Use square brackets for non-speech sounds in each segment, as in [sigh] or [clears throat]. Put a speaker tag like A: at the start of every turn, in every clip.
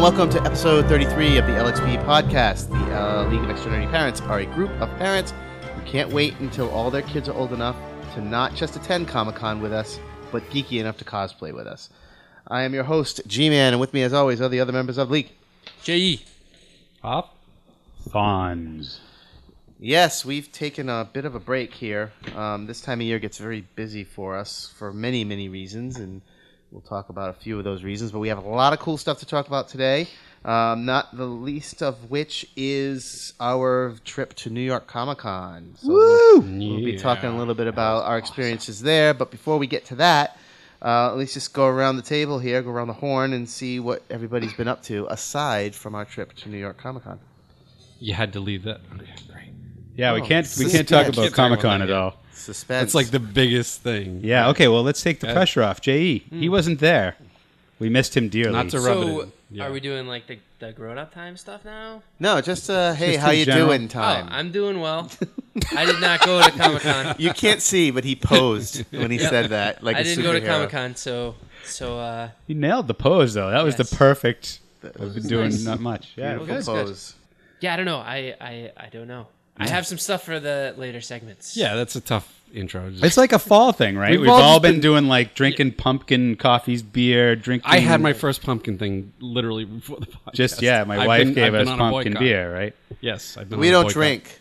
A: welcome to episode 33 of the LXP podcast. The uh, League of Extraordinary Parents are a group of parents who can't wait until all their kids are old enough to not just attend Comic Con with us, but geeky enough to cosplay with us. I am your host, G Man, and with me, as always, are the other members of the League.
B: JE. Pop.
C: Fonz.
A: Yes, we've taken a bit of a break here. Um, this time of year gets very busy for us for many, many reasons, and we'll talk about a few of those reasons. But we have a lot of cool stuff to talk about today, um, not the least of which is our trip to New York Comic Con. So Woo! We'll be talking a little bit about our experiences there. But before we get to that, uh, let's just go around the table here, go around the horn, and see what everybody's been up to aside from our trip to New York Comic Con.
B: You had to leave that. Okay, great.
C: Yeah, we
A: Oh,
C: can't we
A: sus-
C: can't talk
A: yeah,
C: about
B: can't talk
C: Comic Con
B: about
C: at
B: that yet.
C: all.
A: Suspense.
B: That's like the biggest thing.
C: Yeah, Hmm. okay, well let's take the pressure off. JE. He wasn't there. We missed him dearly.
B: Not to rub
D: So
B: it in. Yeah.
D: are we doing like the, the grown up time stuff now?
A: no, just uh, hey,
C: Just
A: how
C: in
A: you
C: general.
A: doing? Time.
D: Oh, I'm doing well. I did not go to Comic Con.
A: You can't see, but he
D: [laughs]
A: posed when he said that. Like
D: I
A: a
D: didn't go to
A: superhero.
D: Comic Con, so so uh,
C: He nailed the pose though. That was the
D: Yes.
C: perfect
A: That
C: I've been doing
D: nice.
C: not much. Yeah.
A: Beautiful
D: good, good.
A: pose.
D: yeah, I don't know. I I, I don't know. I have some stuff for the later segments.
B: Yeah, that's a tough intro. Just-
C: It's like a fall thing, right? We've,
B: We've
C: all,
B: all just
C: been,
B: been-
C: doing like drinking pumpkin coffees, beer, drinking
B: I had my first pumpkin thing literally before the podcast.
C: just yeah, my
B: I've
C: wife
B: been- I've
C: gave
B: been
C: us
B: on a
C: pumpkin
B: boycott.
C: beer, right?
B: Yes, I've been
A: We
B: on a
A: don't
B: boycott.
A: drink.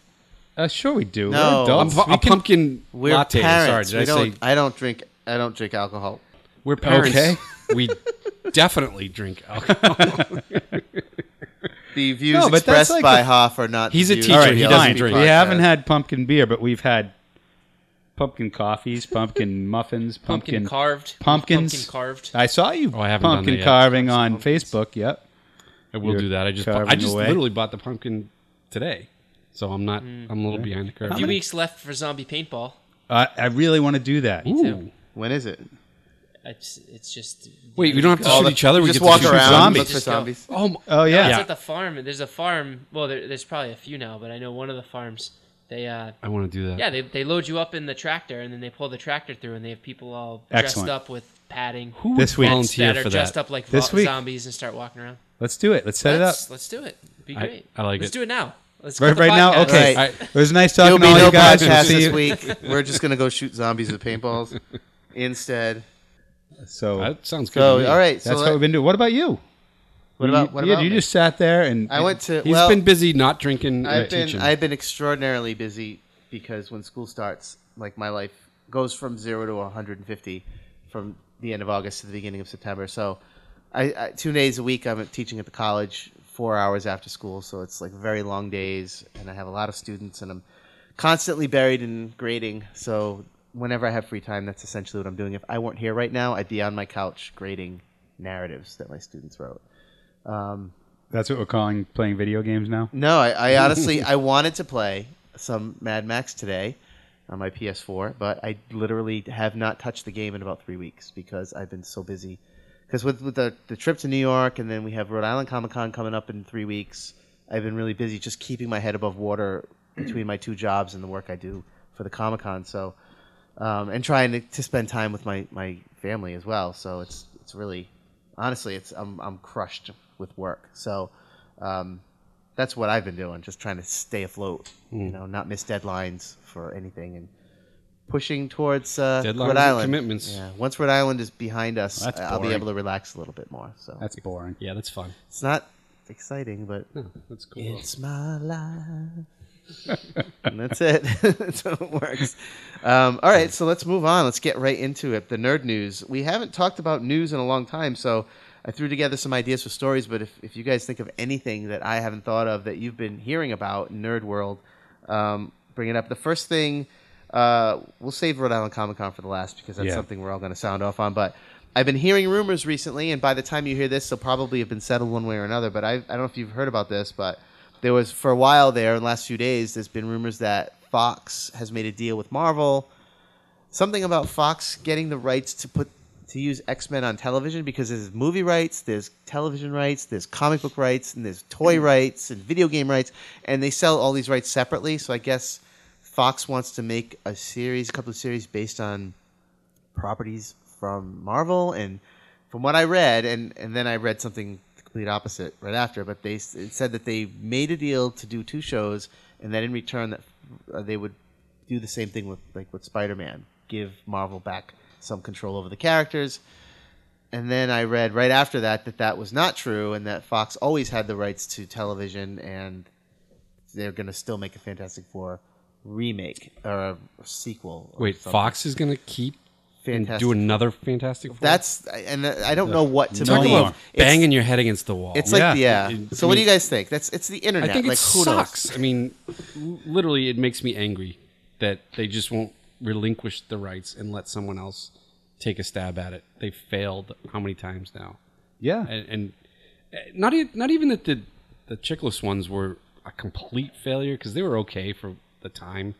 C: Uh, sure we do.
A: No.
C: We're adults.
B: A, pu-
C: We
B: a
C: can-
B: pumpkin
A: We're
B: latte.
A: parents.
B: Sorry,
A: we
B: did I say
A: don't. I don't drink. I don't drink alcohol.
B: we're parents?
C: Okay.
B: [laughs] we definitely drink
C: [laughs]
B: alcohol.
A: The views
C: No, but that's
A: expressed
C: like
A: by
C: a-
A: Hoff are not.
B: He's
A: the
B: a
A: views
B: teacher,
A: of
C: All
A: the
C: right,
B: he
A: LSP
B: doesn't
C: fine.
B: drink.
A: podcast.
C: We haven't had pumpkin beer, but we've had pumpkin
B: [laughs]
C: coffees, pumpkin muffins,
D: pumpkin,
C: pumpkin,
D: carved.
C: pumpkins. Uh,
D: Pumpkin carved.
C: I saw you
B: Oh, I haven't done
C: pumpkin
B: that yet.
C: carving on Facebook. Yep.
B: I will
C: You're
B: do that. I just bought,
C: carving
B: I just
C: away. Mm.
B: literally bought the pumpkin today, so I'm not. I'm a little behind the curve.
D: A few weeks left for zombie paintball.
C: I I really want to do that.
B: Ooh.
A: When is it?
D: It's, it's just
B: Wait, we don't have to shoot
A: the-
B: each other. We
A: just
B: get to
A: walk
B: shoot
A: around,
B: zombies.
A: look for
D: Just go.
A: zombies.
B: Oh, my,
C: Oh yeah.
D: It's at the farm. There's a farm. Well, there, there's probably a few now, but I know one of the farms. They uh,
B: I want to do that.
D: Yeah, they, they load you up in the tractor and then they pull the tractor through and they have people all
C: Excellent.
D: dressed up with padding.
B: Who
C: This
B: would
C: week.
D: Vets
B: volunteer
D: that are
B: for
D: dressed
B: that?
D: up like
C: This
D: vo-
C: week.
D: zombies and start walking around.
C: Let's do it. Let's set
D: let's,
C: it up.
D: let's do it. Be
B: I-
D: great.
B: I like
D: let's
B: it.
D: do it now. Let's
C: Right,
D: quit the
C: right now.
D: podcast.
C: Okay.
A: Right.
C: It was nice
A: There'll
C: talking to
A: be
C: all
A: no
C: you guys. We'll
A: podcast
C: see
A: this
B: [laughs]
C: you.
A: week. We're just gonna go shoot zombies with paintballs instead.
C: So
B: That sounds good.
A: So
B: to me.
A: all right. So
C: that's
A: let-
C: what we've been doing. What about you?
A: what
C: You-
A: about what
C: you,
A: about
C: you
A: me?
C: just sat there and
A: I went to.
B: He's
A: well,
B: been busy not drinking.
A: I've
B: and
A: been
B: teaching.
A: I've been extraordinarily busy because when school starts, like my life goes from zero to 150 from the end of August to the beginning of September. So, I, I two days a week I'm teaching at the college, four hours after school. So it's like very long days, and I have a lot of students, and I'm constantly buried in grading. So whenever I have free time, that's essentially what I'm doing. If I weren't here right now, I'd be on my couch grading narratives that my students wrote.
C: That's what we're calling playing video games now.
A: No, I, I honestly I wanted to play some Mad Max today on my PS4, but I literally have not touched the game in about three weeks because I've been so busy. Because with, with the the trip to New York and then we have Rhode Island Comic Con coming up in three weeks, I've been really busy just keeping my head above water between my two jobs and the work I do for the Comic Con. So, um, and trying to, to spend time with my, my family as well. So it's it's really honestly it's I'm I'm crushed with work. So. Um, that's what I've been doing, just trying to stay afloat. You know, not miss deadlines for anything, and pushing towards uh,
B: Deadlines
A: Rhode
B: and
A: Island
B: commitments.
A: Yeah, once Rhode Island is behind us,
C: Well, that's
A: I'll be
C: boring.
A: able to relax a little bit more. So
C: That's boring.
B: yeah, that's fun.
A: it's not exciting, but
B: No, that's cool.
A: it's my life. and that's it. [laughs] that's how it works. Um, all right, so let's move on. Let's get right into it. The nerd news. We haven't talked about news in a long time, so I threw together some ideas for stories. But if, if you guys think of anything that I haven't thought of that you've been hearing about in Nerd World, um, bring it up. The first thing, uh, we'll save Rhode Island Comic Con for the last because that's
C: Yeah.
A: something we're all going to sound off on. But I've been hearing rumors recently, and by the time you hear this, they'll probably have been settled one way or another. But I, I don't know if you've heard about this, but there was for a while there in the last few days, there's been rumors that Fox has made a deal with Marvel something about Fox getting the rights to put to use X Men on television because there's movie rights, there's television rights, there's comic book rights, and there's toy rights and video game rights, and they sell all these rights separately. So I guess Fox wants to make a series, a couple of series based on properties from Marvel, and from what I read, and and then I read something complete opposite right after. But they s- it said that they made a deal to do two shows, and then in return that uh, they would do the same thing with like with Spider Man, give Marvel back some control over the characters. And then I read right after that that that was not true, and that Fox always had the rights to television, and they're going to still make a Fantastic Four remake or a sequel. or
B: Wait,
A: something.
B: Fox is gonna keep and
A: Fantastic
B: do another Fantastic Four.
A: That's and I don't know what to
B: talk
A: believe.
B: about
A: It's-
B: banging your head against the wall.
A: It's like yeah.
B: I mean,
A: so what do you guys think? That's it's the internet.
B: I think
A: like
B: it
A: who
B: sucks.
A: knows?
B: I mean, l- literally, it makes me angry that they just won't relinquish the rights and let someone else take a stab at it. They failed how many times now?
C: Yeah.
B: and, and uh, not e- not even that the the chickless ones were a complete failure because they were okay for the time.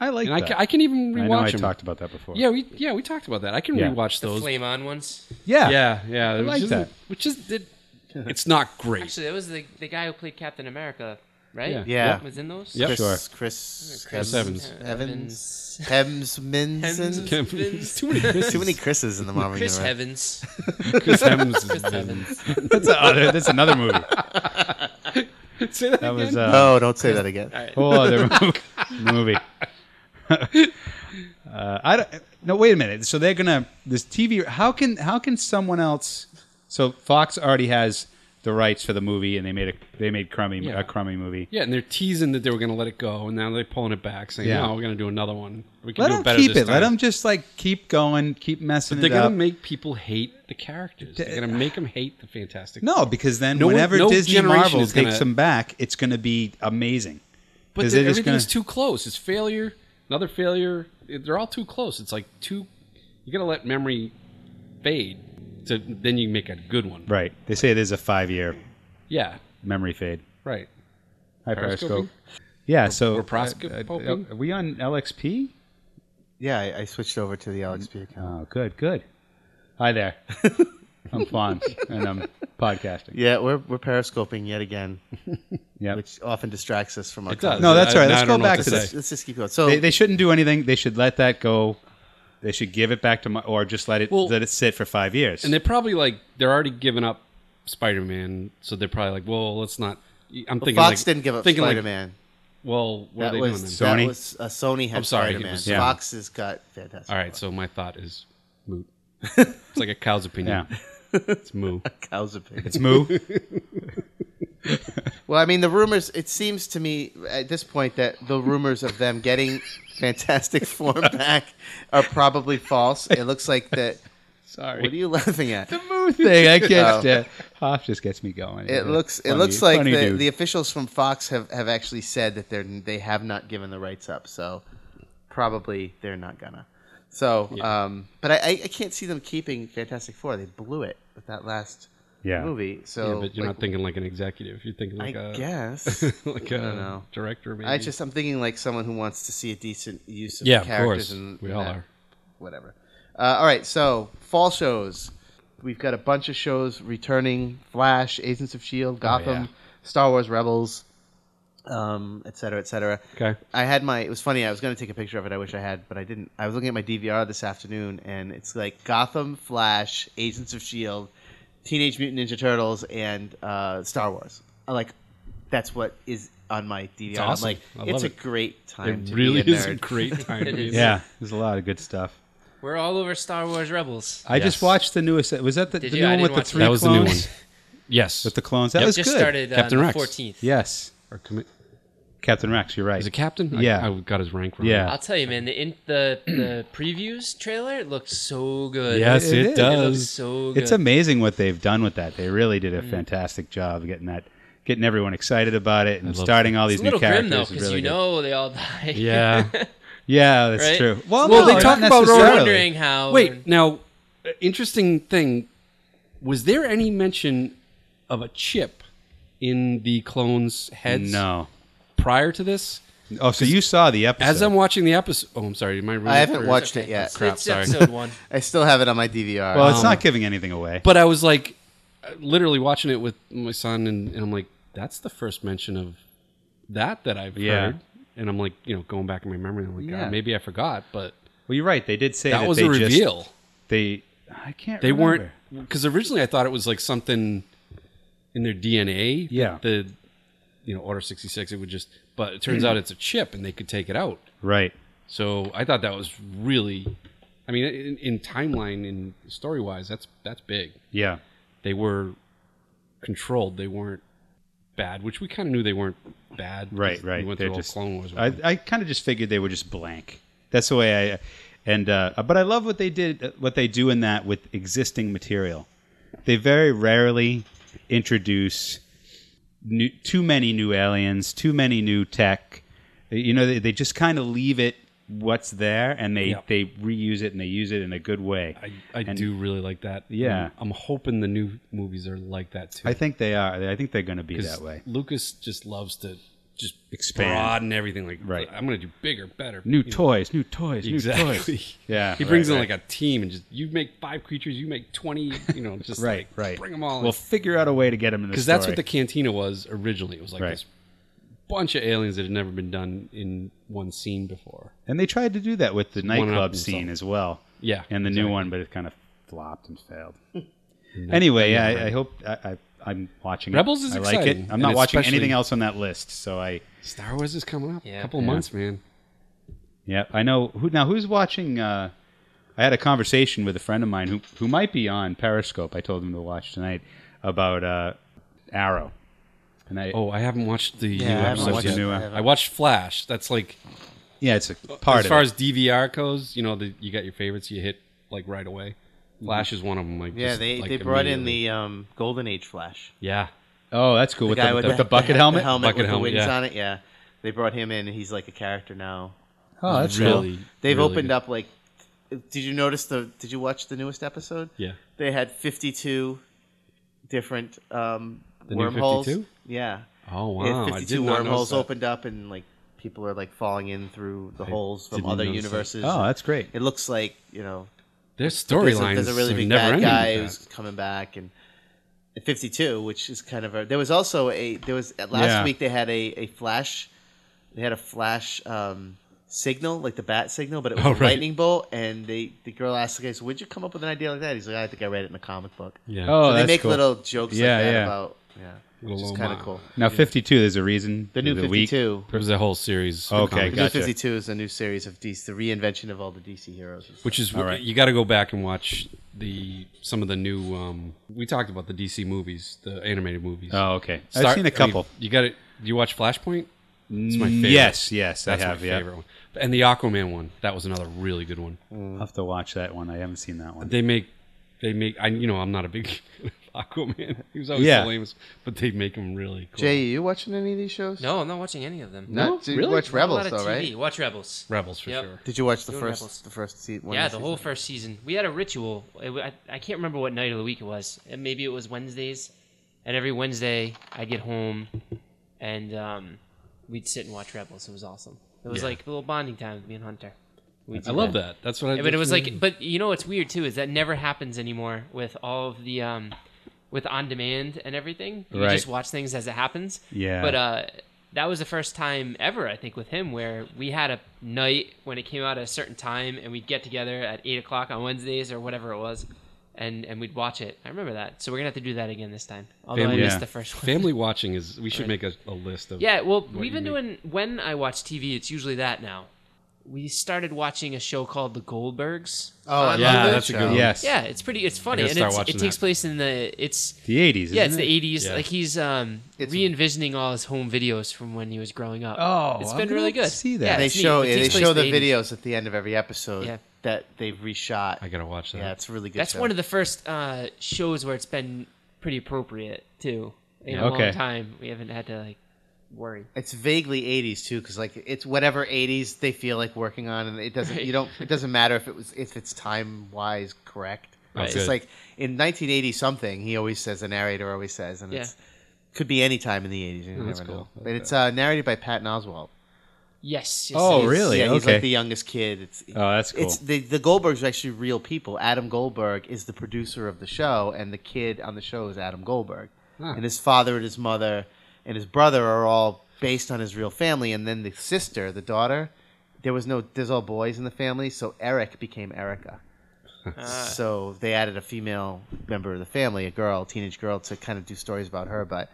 C: I like
B: And I
C: that.
B: ca- I can even
C: I
B: rewatch
C: know I
B: them.
C: talked about that before.
B: Yeah, we yeah we talked about that. I can
C: Yeah.
B: rewatch those.
D: Flame on ones.
C: Yeah.
B: Yeah, yeah, which
C: like
B: is
C: that.
B: Which is it, it's not great.
D: Actually, that was the the guy who played Captain America, right?
B: Yeah.
A: Yeah.
D: Was in those.
B: Yep.
A: Chris,
C: Sure.
A: Chris,
D: Chris
B: Evans.
A: Evans,
D: Evans.
A: Hemsminson.
D: Hems-
B: There's [laughs] too many Chris's.
A: Too many Chris's in the Marvel
D: Chris
A: universe.
D: Evans.
B: Chris [laughs] Hems.
D: Chris Evans.
C: that's, a, [laughs] other, that's another movie.
B: Say that
C: That
B: again.
C: was uh, a
A: No, Oh, don't say that again.
C: whole other mo- Oh, movie. [laughs] uh, I don't, no, wait a minute. So they're gonna this TV. How can how can someone else? So Fox already has the rights for the movie, and they made a they made crummy
B: Yeah.
C: a crummy movie.
B: yeah, and they're teasing that they were going to let it go, and now they're pulling it back, saying,
C: Yeah.
B: "No, we're going to do another one. We can
C: Let
B: do
C: them
B: it better
C: keep
B: this
C: it. Let
B: time."
C: them just like keep going, keep messing
B: They're
C: it up.
B: going to make people hate the characters. They're going to make them hate the Fantastic.
C: no, because then
B: No one-
C: whenever
B: no
C: Disney
B: generation
C: Marvel
B: is
C: takes
B: gonna-
C: them back, it's gonna be amazing.
B: but
C: 'Cause
B: the,
C: they're just
B: everything's
C: gonna-
B: too close. It's failure, another failure. They're all too close. It's like too. You got to let memory fade to then you make a good one.
C: Right? They say there's a five year
B: Yeah,
C: memory fade.
B: right.
C: Hi,
B: Periscoping?
C: Periscope. Yeah, so uh,
B: we're proscoping?
C: are we on LXP?
A: Yeah, I, I switched over to the LXP account.
C: Oh, good, good. Hi there. [laughs] I'm Fonz, and I'm podcasting.
A: Yeah, we're we're periscoping yet again,
C: Yeah.
A: which often distracts us from our.
B: It does.
C: No,
B: I-
C: that's all right.
B: now
C: Let's
B: I
C: go
B: don't know what
C: back to
B: say.
A: Let's, let's just keep going. So
C: They, they shouldn't do anything. They should let that go. They should give it back to my, or just let it
B: Well-
C: let it sit for five years.
B: And they're probably like they're already giving up Spider Man, so they're probably like, well, let's not. I'm thinking
A: Fox
B: like-
A: didn't give up
B: thinking like,
A: Spider Man.
B: well, what are
A: that
B: they doing? Then?
A: was
C: Sony?
A: that was uh, Sony had
B: I'm sorry,
A: Spider
B: it
A: Man.
B: was
C: Sony.
A: Fox has got Fantastic.
B: All right, so my thought is moot.
A: [laughs]
B: it's like a cow's
C: yeah,
B: opinion. It's moo.
A: Cow's opinion.
C: it's moo.
A: Well, I mean, the rumors. It seems to me at this point that the rumors of them getting Fantastic
C: [laughs]
A: Four back are probably false. It looks like that.
C: Sorry,
A: What are you laughing at?
C: moo thing. I
A: Oh.
C: can't. Uh, Hoff just gets me going.
A: It looks. It
C: Funny-
A: looks like
C: funny
A: the,
C: dude.
A: the officials from Fox have, have actually said that they're they have not given the rights up. So probably they're not gonna. So, um, but I, I I can't see them keeping Fantastic Four. They blew it with that last
C: yeah.
A: movie. [laughs] So
B: Yeah, but you're
A: like,
B: not thinking like an executive. You're thinking like
C: uh,
A: I
B: a [laughs]
C: [laughs]
A: guess.
B: like a
A: know.
B: director. Maybe.
A: I just I'm thinking like someone who wants to see a decent use of
B: yeah, of
A: characters
B: course.
A: and
B: we all
A: and that-
B: are.
A: whatever. Uh, all right, so fall shows. We've got a bunch of shows returning: Flash, Agents of Shield, E Gotham,
B: Oh, yeah.
A: Star Wars Rebels, um, et cetera, et cetera.
B: Okay.
A: I had my. It was funny. I was going to take a picture of it. I wish I had, but I didn't. I was looking at my DVR this afternoon, and it's like Gotham, Flash, Agents of Shield, E Teenage Mutant Ninja Turtles, and uh, Star Wars. I like. That's what is on my DVR. I'm
B: awesome.
A: like,
B: I
A: it's
B: love
A: a
B: it.
A: great time.
B: It
A: to
B: really
A: be a
B: is a
A: nerd. [laughs]
B: great time. to be a
C: Yeah, there's a lot of good stuff.
D: We're all over Star Wars Rebels.
C: I just
B: Yes.
C: watched the newest. Was that the, the
D: Did
C: new
D: you? I
C: one
D: didn't
C: with the
D: watch
C: three
B: That was the new one.
C: clones?
B: Yes.
C: With the clones, that was
D: just
C: good.
D: started uh,
B: Captain
D: on the
B: Rex.
D: 14th.
C: Yes,
B: Or commi-
C: Captain Rex. You're right.
B: is it Captain? I-
C: Yeah.
B: I, got his rank wrong.
C: Yeah.
D: I'll tell you, man. The in, the the [clears throat] previews trailer it looks so good.
B: Yes,
C: It
B: it,
C: is. It
D: it looks
B: does.
D: so good.
C: It's amazing what they've done with that. They really did a
B: Mm-hmm.
C: fantastic job of getting that, getting everyone excited about it, and
B: love
C: starting all
D: It's
C: these
D: a
C: new
D: little
C: characters.
D: grim though,
C: is
D: because
C: really
D: you
C: good.
D: know they all [laughs] die.
B: Yeah.
C: yeah, that's
D: Right?
C: true. Well,
D: Well,
C: no,
D: they
C: not
B: talk about
D: We're
C: necessarily.
D: wondering how.
B: Wait, now, uh, interesting thing. Was there any mention of a chip in the clones' heads
C: No.
B: prior to this?
C: Oh, so you saw the episode?
B: As I'm watching the episode, oh, I'm sorry, am I? ruining
A: I haven't
B: it?
A: watched it yet.
D: It's,
B: Crap,
D: it's
B: sorry.
D: episode one.
A: I still have it on my DVR.
C: well, it's not giving anything away.
B: Um, But I was like, uh, literally watching it with my son, and, and I'm like, that's the first mention of that that I've
C: Yeah.
B: heard. And I'm like, you know, going back in my memory, I'm like,
C: Yeah.
B: "Ah, maybe I forgot, but
C: well, you're right. They did say
B: that,
C: that,
B: was
C: they
B: a reveal.
C: Just, they, I can't.
B: they
C: remember.
B: weren't because originally I thought it was like something in their DNA.
C: Yeah.
B: The you know Order sixty six. It would just, but it turns out it's a chip, and they could take it out.
C: Right.
B: So I thought that was really, I mean, in, in timeline and story wise, that's that's big.
C: Yeah.
B: They were controlled. They weren't bad, which we kind of knew they weren't bad. 'cause
C: Right. Right.
B: We went
C: They're
B: through all
C: just-
B: Clone Wars.
C: I, I kind of just figured they were just blank. That's the way I. And uh, but I love what they did, uh, what they do in that with existing material. They very rarely introduce new, too many new aliens, too many new tech. Uh, You know, they, they just kind of leave it what's there, and they
B: Yeah.
C: they reuse it and they use it in a good way.
B: I, I do really like that.
C: Yeah.
B: I'm, I'm hoping the new movies are like that too.
C: I think they are. I think they're going to be
B: 'Cause
C: that way.
B: Lucas just loves to just
C: Expand.
B: broaden everything. Like,
C: Right.
B: I'm going to do bigger, better.
C: New
B: you know.
C: toys, new toys, new toys.
B: Exactly.
C: [laughs] Yeah,
B: He
C: right,
B: brings in
C: right.
B: like a team and just you make five creatures, you make twenty. You know, just
C: Right,
B: like,
C: right.
B: Bring them all.
C: We'll figure out a way to get them in the
B: because that's what the
C: story.
B: cantina was originally. It was like
C: Right.
B: this bunch of aliens that had never been done in one scene before.
C: And they tried to do that with the
B: one-up
C: nightclub
B: and
C: scene
B: so-
C: as well.
B: Yeah,
C: And the new
B: exactly.
C: one, but it kind of flopped and failed.
A: [laughs]
C: anyway, I, I hope I, I, I'm watching it.
B: Rebels is
C: I like
B: exciting,
C: it. I'm
B: and
C: not watching
B: especially-
C: anything else on that list. So I,
B: Star Wars is coming up.
D: Yeah.
B: a couple months, man.
C: yeah, I know who now. Who's watching? Uh, I had a conversation with a friend of mine who who might be on Periscope. I told him to watch tonight about uh, Arrow, and I
B: Oh, I haven't watched the
A: I
B: new
A: haven't
B: episodes
A: watched
B: yet.
A: the new
C: one.
B: I watched Flash. That's like
C: yeah, it's a part
B: Oh, as far
C: of
B: as DVR goes, you know, the, you got your favorites you hit like right away.
C: Mm-hmm.
B: Flash is one of them. Like
A: Yeah,
B: just,
A: they,
B: like,
A: they brought in
B: immediately.
A: the um, Golden Age Flash.
B: yeah.
C: it. Oh, that's cool with the, with
A: [laughs]
C: the
B: [laughs]
C: bucket helmet.
A: helmet
B: Bucket
A: with
B: helmet,
A: the wings
B: yeah.
A: on it. Yeah, they brought him in, and he's like a character now.
C: Oh, that's cool.
B: really.
A: They've
B: really
A: opened
B: good.
A: up like. Did you notice the? Did you watch the newest episode?
B: Yeah.
A: They had fifty-two different um,
B: The new
A: wormholes.
B: 52?
A: Yeah.
B: Oh
A: They had
B: wow! I did
A: fifty-two
B: not notice
A: wormholes
B: that.
A: opened up, and like people are like falling in through the holes from
B: didn't
A: other
B: notice that.
A: universes.
C: Oh, that's great.
A: It looks like you know
B: Their
A: there's a,
B: storylines
A: there's a really
B: are
A: big
B: never
A: bad
B: ending
A: guy
B: with
A: who's
B: that.
A: coming back and at 52 which is kind of a there was also a there was at last
C: Yeah.
A: week they had a, a flash they had a flash um, signal like the bat signal but it was
B: Oh,
A: a
B: right.
A: lightning bolt and they the girl asked the guy so where'd you come up with an idea like that he's like i think i read it in a comic book
B: Yeah.
C: Oh,
A: so they
C: that's
A: make
C: cool.
A: little jokes
C: Yeah,
A: like that
C: yeah.
A: about yeah which is
B: Little
A: kind of
B: homage.
A: cool
C: Now 52. There's a reason.
A: the new
C: there's a week.
A: 52
B: There was a whole series. of
C: Okay,
B: comics,
A: the
C: Gotcha.
A: new 52 is a new series of DC, the reinvention of all the DC heroes
B: Which is
C: right.
B: you got to go back and watch the some of the new. Um, we talked about the DC movies, the animated movies.
C: Oh, okay. I've
B: Star-
C: seen a
B: I mean,
C: couple.
B: you got it. You watch Flashpoint? It's my favorite.
C: Yes, yes,
B: that's
C: I have.
B: my
C: Yeah,
B: favorite one. And the Aquaman one. That was another really good one.
C: I'll have to watch that one. I haven't seen that one.
B: They make they make. I you know I'm not a big [laughs] fan of Aquaman. He was always
C: Yeah.
B: the lamest, but they make him really cool.
A: jay are you watching any of these shows
D: No, I'm not watching any of them.
A: Not- did you
B: Really?
A: watch
D: Not a lot
A: rebels
D: of
A: though
D: TV.
A: right
D: Watch Rebels.
B: Rebels for
D: Yep.
B: sure.
A: Did you watch the
D: Doing
A: first
D: Rebels.
A: the first se- one
D: Yeah,
A: of
D: the
A: season?
D: whole first season. We had a ritual. It, wa- I, I can't remember what night of the week it was. And maybe it was Wednesdays. And every Wednesday, I'd get home and um, we'd sit and watch Rebels. It was awesome. It was
B: Yeah.
D: like a little bonding time with me and Hunter. We'd
B: I
D: do
B: love that. That's what I.
D: Yeah, but
B: that's
D: it was
B: what I
D: like,
B: did.
D: but you know what's weird too is that never happens anymore with all of the, um, with on demand and everything. You
C: Right.
D: just watch things as it happens.
C: Yeah.
D: But uh, that was the first time ever I think with him where we had a night when it came out at a certain time and we'd get together at eight o'clock on Wednesdays or whatever it was, and and we'd watch it. I remember that. So we're gonna have to do that again this time. Although
B: Family-
D: I missed
C: Yeah.
D: the first one.
B: family watching is. We should make a, a list of.
D: Yeah, well,
B: you
D: we've been doing when I watch TV, it's usually that now. We started watching a show called The Goldbergs.
A: Oh, I
D: on
B: Yeah,
A: love that
B: that's a good
A: show.
B: one.
C: yes,
D: yeah, it's pretty. It's funny,
B: gotta
D: and
B: start
D: it's,
B: watching
D: it takes
B: that.
D: place in the. It's
C: the eighties.
D: yeah, it's the eighties.
B: Yeah.
D: Like he's um
A: It's-
D: re-envisioning all his home videos from when he was growing up.
C: Oh,
D: it's
C: I'm
D: been
C: gonna
D: really
C: have to
D: good.
C: see that.
D: Yeah,
A: And they
D: it's neat.
A: show
D: It
A: yeah, they
D: takes place
A: show
D: in
A: the
D: 80s.
A: videos at the end of every episode
D: Yeah.
A: that they've reshot.
B: I gotta watch that.
A: yeah, it's a really good.
D: That's
A: show.
D: one of the first uh, shows where it's been pretty appropriate too. In a
C: Okay.
D: long time, we haven't had to like worry.
A: It's vaguely '80s too, because like it's whatever '80s they feel like working on, and it doesn't. You don't. It doesn't matter if it was if it's time wise correct.
B: Right.
A: It's just
B: Oh, Good.
A: like in 1980 something. He always says the narrator always says, and it's could be any time in the '80s. You
B: Oh, that's
A: never know.
B: cool.
A: But it's uh, narrated by Patton Oswalt.
D: Yes. yes
C: Oh,
D: it is.
C: really?
A: Yeah, he's
C: okay.
A: like the youngest kid. It's,
C: Oh, that's
A: It's
C: cool.
A: the the Goldbergs are actually real people. Adam Goldberg is the producer of the show, and the kid on the show is Adam Goldberg. And his father and his mother and his brother are all based on his real family. And then the sister, the daughter, there was no there's all boys in the family, so Eric became Erica.
D: Uh.
A: so they added a female member of the family, a girl, teenage girl, to kind of do stories about her. But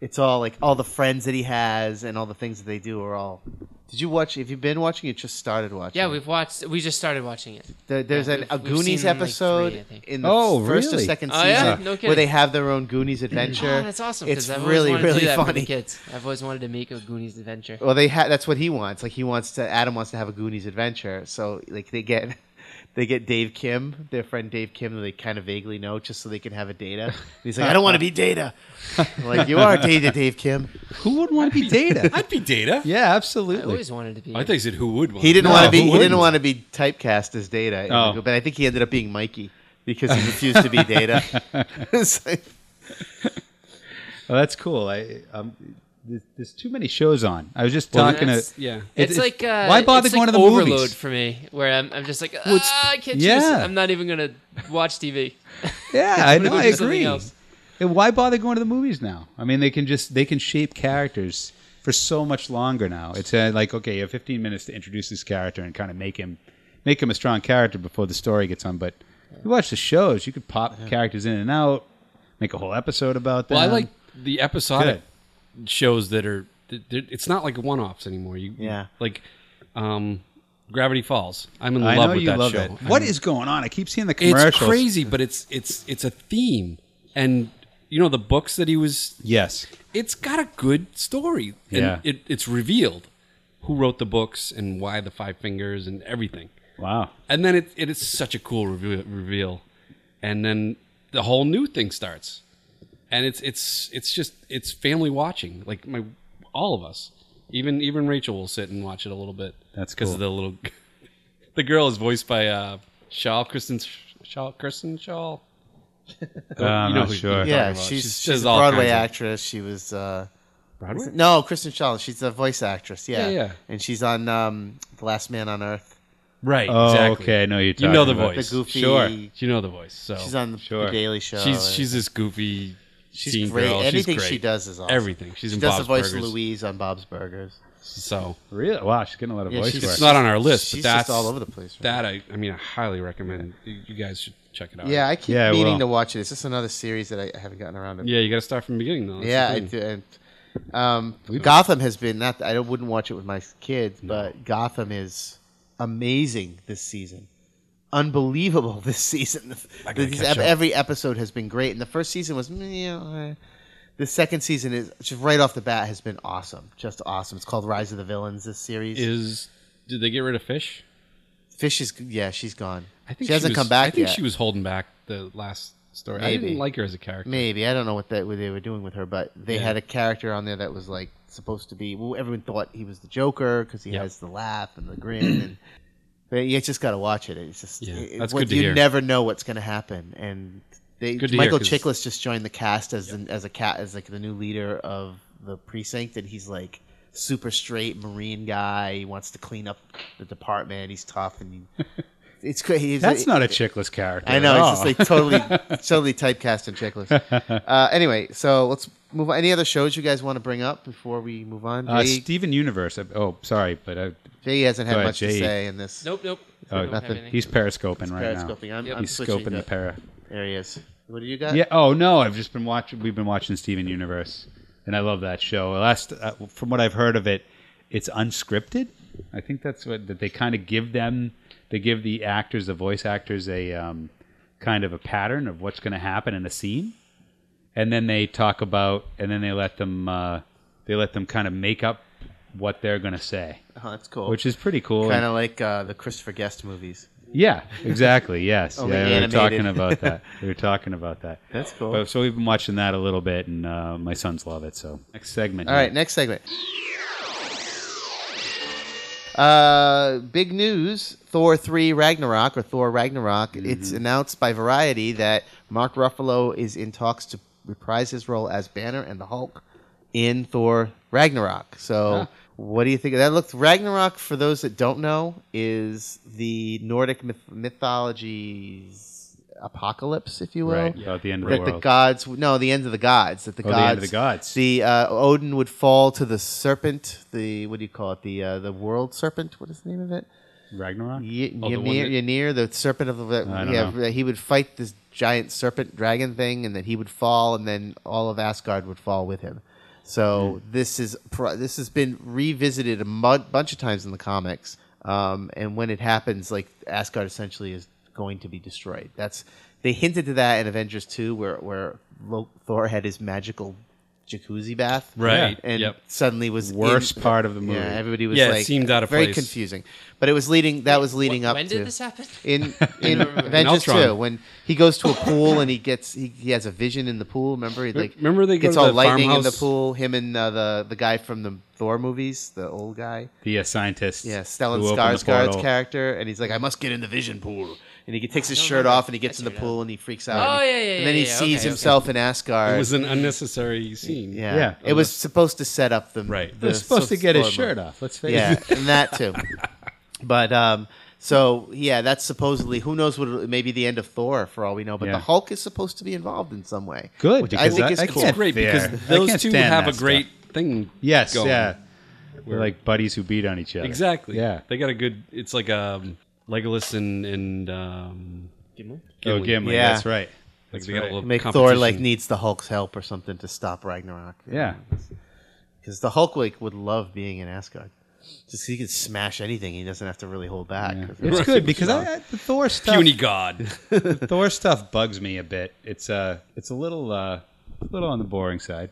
A: it's all like all the friends that he has and all the things that they do are all. Did you watch? Have you been watching? You just started watching.
D: Yeah, we've watched. We just started watching it.
A: There, there's
D: yeah,
A: an,
D: we've-
A: a
D: we've
A: Goonies
D: seen, like, three,
A: episode
D: I think.
A: in the
C: Oh,
A: first or
C: really?
A: second
D: Oh,
A: season
D: yeah? No
A: where they
D: kidding.
A: have their own Goonies adventure.
D: Oh, that's awesome. 'cause
A: It's
D: I've always
A: really,
D: wanted to do
A: really
D: that for the
A: funny. Oh,
D: kids. I've always wanted to make a Goonies adventure.
A: Well, they ha- that's what he wants. Like he wants to Adam wants to have a Goonies adventure. So like they get [laughs] they get Dave Kim, their friend Dave Kim, who they kind of vaguely know, just so they can have a Data. And he's like, I don't want to be Data. I'm like you are Data, Dave Kim.
C: Who would
B: [laughs]
C: want to be Data?
B: I'd be Data.
C: yeah,
D: I
C: absolutely.
D: always wanted to be.
B: I thought you said who would want.
A: He didn't
C: No,
A: want to be.
C: who
A: He didn't
C: wouldn't?
A: want to be typecast as Data.
C: Oh.
A: But I think he ended up being Mikey because he refused to be Data. [laughs] It's like-
C: Well, Oh, that's cool. I um, there's, there's too many shows on. I was just talking to
B: that's- yeah.
D: it's, like uh,
C: why bother
D: it's
C: going
D: like
C: to the
D: overload
C: movies?
D: for me, where I'm, I'm just like,
C: it's-
D: ah, I can't choose.
C: yeah.
D: I'm not even gonna watch TV. [laughs]
C: Yeah, I
D: Wanna
C: know.
D: go
C: I
D: do something
C: agree.
D: else.
C: And why bother going to the movies now? I mean, they can just they can shape characters for so much longer now. It's uh, like okay, you have 15 minutes to introduce this character and kind of make him make him a strong character before the story gets on. But you watch the shows, you could pop characters in and out, make a whole episode about them.
B: Well, I like the episodic shows that are. that- that- It's not like one offs anymore. You
A: Yeah.
B: like um, Gravity Falls. I'm in
C: I
B: love
C: know
B: with
C: you
B: that
C: love
B: show.
C: it.
B: I'm-
C: What is going on? I keep seeing the commercials.
B: it's crazy, but it's it's it's a theme, and you know the books that he was.
C: Yes.
B: It's got a good story. And
C: Yeah.
B: it, it's revealed who wrote the books and why the five fingers and everything.
C: Wow.
B: And then it, it is such a cool reveal, reveal, and then the whole new thing starts, and it's it's it's just it's family watching. Like my all of us, even even Rachel will sit and watch it a little bit.
C: That's
B: because
C: cool.
B: the little [laughs] the girl is voiced by uh, Shaw Kristen Shaw Kristen Shaw.
C: Uh, I'm
B: know
C: not
B: who-
C: sure.
B: talking
A: yeah,
B: about.
A: she's,
B: She
A: she's,
B: does
A: a
B: all
A: Broadway
B: kinds of-
A: actress. She was. Uh,
B: Broadway?
A: No, Kristen Shaw. She's a voice actress. Yeah,
B: Yeah, yeah.
A: And she's on um, The Last Man on Earth.
B: Right.
C: Oh,
B: exactly.
C: okay. I know who you're
B: You know
C: talking
B: the
C: about.
A: The
B: voice.
A: goofy.
C: Sure.
B: You know the voice. So
A: She's on the,
C: Oh, Sure.
A: the Daily Show.
B: She's
A: and
B: she's this goofy.
A: she's
B: teen
A: great.
B: Girl.
A: Anything
B: she's great.
A: she does is awesome.
B: Everything. She's
A: She
B: in
A: does
B: Bob's
A: the voice
B: Burgers.
A: of Louise on Bob's Burgers.
B: So
C: Really? Wow, she's getting a lot of
A: Yeah,
C: voice
A: she's-
C: work.
B: it's not on our list,
A: she's
B: but that's
A: just all over the place. Right?
B: that I, I mean, I highly recommend. You You guys should check it out.
A: yeah, I keep
C: Yeah, I
A: meaning
C: will.
A: to watch it. It's just another series that I, I haven't gotten around to.
B: yeah. You got to start from the beginning though. That's the
A: Yeah, I
B: thing.
A: do. And, um, Gotham has been not. I wouldn't watch it with my kids, but Gotham is amazing this season. Unbelievable [laughs] this season.
B: gotta
A: These
B: catch
A: ep-
B: up.
A: every episode has been great, and the first season was. meh, uh, The second season is just right off the bat has been awesome, just awesome. It's called Rise of the Villains. This series,
B: Is did they get rid of Fish?
A: Fish is yeah, she's gone.
B: I think
A: she hasn't
B: was-
A: come back
B: I think
A: yet.
B: she was holding back the last story. I
A: Maybe.
B: didn't like her as a character.
A: Maybe I don't know what that what they were doing with her, but they
B: Yeah.
A: had a character on there that was like supposed to be. Well, everyone thought he was the Joker because he
B: Yep.
A: has the laugh and the grin, and [clears throat] but you just got to watch it. It's just
B: Yeah,
A: it-
B: that's
A: what-
B: good to
A: you
B: hear.
A: never know what's going to happen, and they
B: Good to hear,
A: Michael
B: 'cause-
A: Chiklis just joined the cast as an, as a cat as like the new leader of the precinct, and he's like super straight Marine guy. He wants to clean up the department. He's tough and
B: [laughs]
A: he. It's crazy.
C: That's not a chickless character.
A: I know.
C: at
A: It's
C: all.
A: just like
C: [laughs]
A: totally, totally typecast and checklist. Uh, anyway, so let's move on. Any other shows you guys want to bring up before we move on? Jay,
C: uh, Steven Universe. I- Oh, sorry, but I,
A: Jay hasn't had
C: Go ahead,
A: much to
C: Jay.
A: say in this.
D: Nope, nope. I
C: oh,
D: don't have
A: nothing.
D: anything.
C: he's periscoping right now.
A: Periscoping. I'm,
D: Yep.
A: I'm
C: He's
A: switching
C: scoping the
A: to
C: para.
A: areas. What do you got?
C: Yeah. Oh no, I've just been watching. We've been watching Steven Universe, and I love that show. Last, uh, from what I've heard of it, it's unscripted. I think that's what that they kind of give them. They give the actors, the voice actors, a um, kind of a pattern of what's going to happen in a scene, and then they talk about, and then they let them, uh, they let them kind of make up what they're going to say,
A: Oh, that's cool.
C: which is pretty cool.
A: kind of like uh, the Christopher Guest movies.
C: Yeah,
A: [laughs]
C: exactly. Yes,
A: Only
C: yeah, we were
A: Oh, animated. Oh.
C: talking
A: [laughs]
C: about that. We were talking about that.
A: That's cool.
C: But- so we've been watching that a little bit, and uh, my sons love it. So next segment.
A: All right, next segment. Uh, big news: Thor three Ragnarok or Thor Ragnarok.
C: Mm-hmm.
A: It's announced by Variety that Mark Ruffalo is in talks to reprise his role as Banner and the Hulk in Thor Ragnarok. So, what do you think of that? Looks Ragnarok. For those that don't know, is the Nordic myth- mythology's apocalypse, if you will
C: Right, about the end of the
A: that the
C: world.
A: gods no the end of the gods that the
C: Oh, the
A: gods
C: end of the gods.
A: the uh, Odin would fall to the serpent the what do you call it the uh, the world serpent what is the name of it
C: Ragnarok.
A: Y-
B: Oh, the one
A: Ymir,
B: that-
A: Ymir, the serpent of the
C: I don't
A: yeah,
C: know.
A: he would fight this giant serpent dragon thing, and then he would fall, and then all of Asgard would fall with him. So this is pro- this has been revisited a mu- bunch of times in the comics, um, and when it happens, like Asgard essentially is going to be destroyed. That's they hinted to that in Avengers Two, where where Lo- Thor had his magical jacuzzi bath,
B: Right,
A: And
B: yep.
A: suddenly was in-
C: Worst part of the movie.
A: Yeah, everybody was
B: Yeah, it
A: like
B: seemed out of
A: very
B: place.
A: confusing, but it was leading. That was leading
D: Wh-
A: up.
D: when
A: to,
D: did this happen? [laughs]
A: in in Avengers
B: Ultron.
A: Two when he goes to a pool and he gets he, he has a vision in the pool. Remember, he, like
B: remember they go
A: gets
B: to
A: all
B: the
A: lightning in the
B: farmhouse?
A: pool. Him and uh, the the guy from the Thor movies, the old guy,
C: The uh, scientist.
A: yeah, Stellan
C: who opened the
A: Skarsgård's
C: portal.
A: character, and he's like, I must get in the vision pool, and he takes his shirt off and he gets in the pool and he freaks out. and,
D: Oh,
A: he-
D: yeah, yeah,
A: and then he
D: yeah, yeah,
A: sees
D: okay, okay.
A: himself in Asgard.
B: It was an unnecessary scene.
A: yeah,
C: Yeah.
A: it was supposed to set up the
B: Right. It
A: The,
C: He was supposed to get his
A: Thor movie.
C: shirt off. Let's face
A: Yeah,
C: [laughs] it.
A: and that too. But um, so yeah, that's supposedly who knows what it- maybe the end of Thor for all we know. But
C: Yeah.
A: the Hulk is supposed to be involved in some way.
C: Good.
A: which
C: Because I,
A: I think is
C: I
A: cool.
C: can't
B: Great
C: bear-
B: because
C: I
B: those
C: can't
B: two
C: stand
B: have
C: that
B: a great
C: stuff.
B: thing.
C: Yes.
B: going.
C: Yeah. They're like buddies who beat on each other.
B: Exactly.
C: Yeah.
B: They got a good. It's like um, Legolas and and um,
C: Oh, Gimli.
A: Yeah.
C: That's right.
B: like
C: That's
B: they got a
C: right.
B: little
A: Make Thor
B: competition.
A: like needs the Hulk's help or something to stop Ragnarok.
B: [laughs]
C: Yeah.
A: because the Hulk like would love being in Asgard. Just he can smash anything. He doesn't have to really hold back.
C: [laughs] It's good because I, I- the Thor stuff.
B: puny god.
C: the Thor stuff bugs me a bit. It's uh, it's a little uh, a little on the boring side.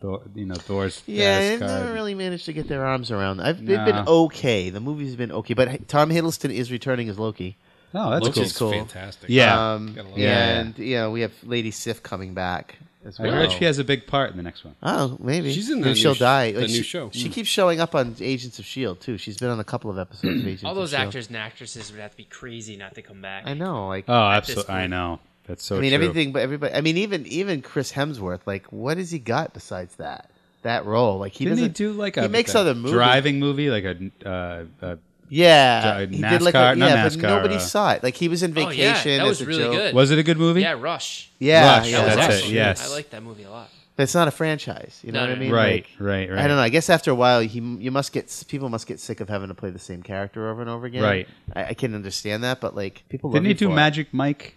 C: Thor, you know, Thor's
A: Mm. Yeah, they've
C: Asgard.
A: never really managed to get their arms around. I've, They've
C: Nah.
A: been okay. The movie's been okay, but Tom Hiddleston is returning as Loki.
C: Oh, that's
A: Which
C: cool.
A: is cool.
B: Fantastic.
C: Yeah.
A: Um,
B: Gotta love
A: yeah,
C: that.
A: and you know we have Lady Sif coming back as
C: I
A: well.
C: heard she has a big part in the next one.
A: Oh, maybe
B: She's in
A: Maybe
B: that new
A: she'll
B: sh-
A: die.
B: that
A: Like,
B: new
A: she,
B: show.
D: Hmm.
A: She keeps showing up on Agents of Shield E too. She's been on a couple of episodes of Agents.
D: Hmm. All
A: of
D: those
A: S.H.I.E.L.D..
D: actors and actresses would have to be crazy not to come back.
A: E I know. Like,
C: Oh,
D: this
C: absolutely.
D: point.
C: I know. That's so.
A: I mean,
C: true.
A: everything, but everybody. I mean, even even Chris Hemsworth. Like, what has he got besides that? That role, like he
C: Didn't he
A: doesn't-
C: do like a
A: he makes
C: a
A: other movies.
C: driving movie like a uh, uh,
A: yeah,
C: uh,
A: he did like a,
C: NASCAR- not
A: yeah, but
C: NASCAR,
A: nobody
C: uh,
A: saw it. Like he was in
D: Oh, yeah,
A: vacation.
D: that was
A: as a
D: really
A: joke.
D: good.
C: was it a good movie?
D: Yeah, Rush.
A: Yeah,
C: Rush, Oh,
A: yeah,
C: that's
D: Rush.
C: it, yes.
D: I like that movie a lot.
A: But it's not a franchise. You know what
D: No, no,
A: I
D: no.
A: mean?
C: Right,
A: Like,
C: right, right.
A: I don't know. I guess after a while, he you must get people must get sick of having to play the same character over and over again.
C: Right.
A: I, I can understand that, but like people love
C: Didn't he
A: you
C: do
A: for it.
C: Magic Mike?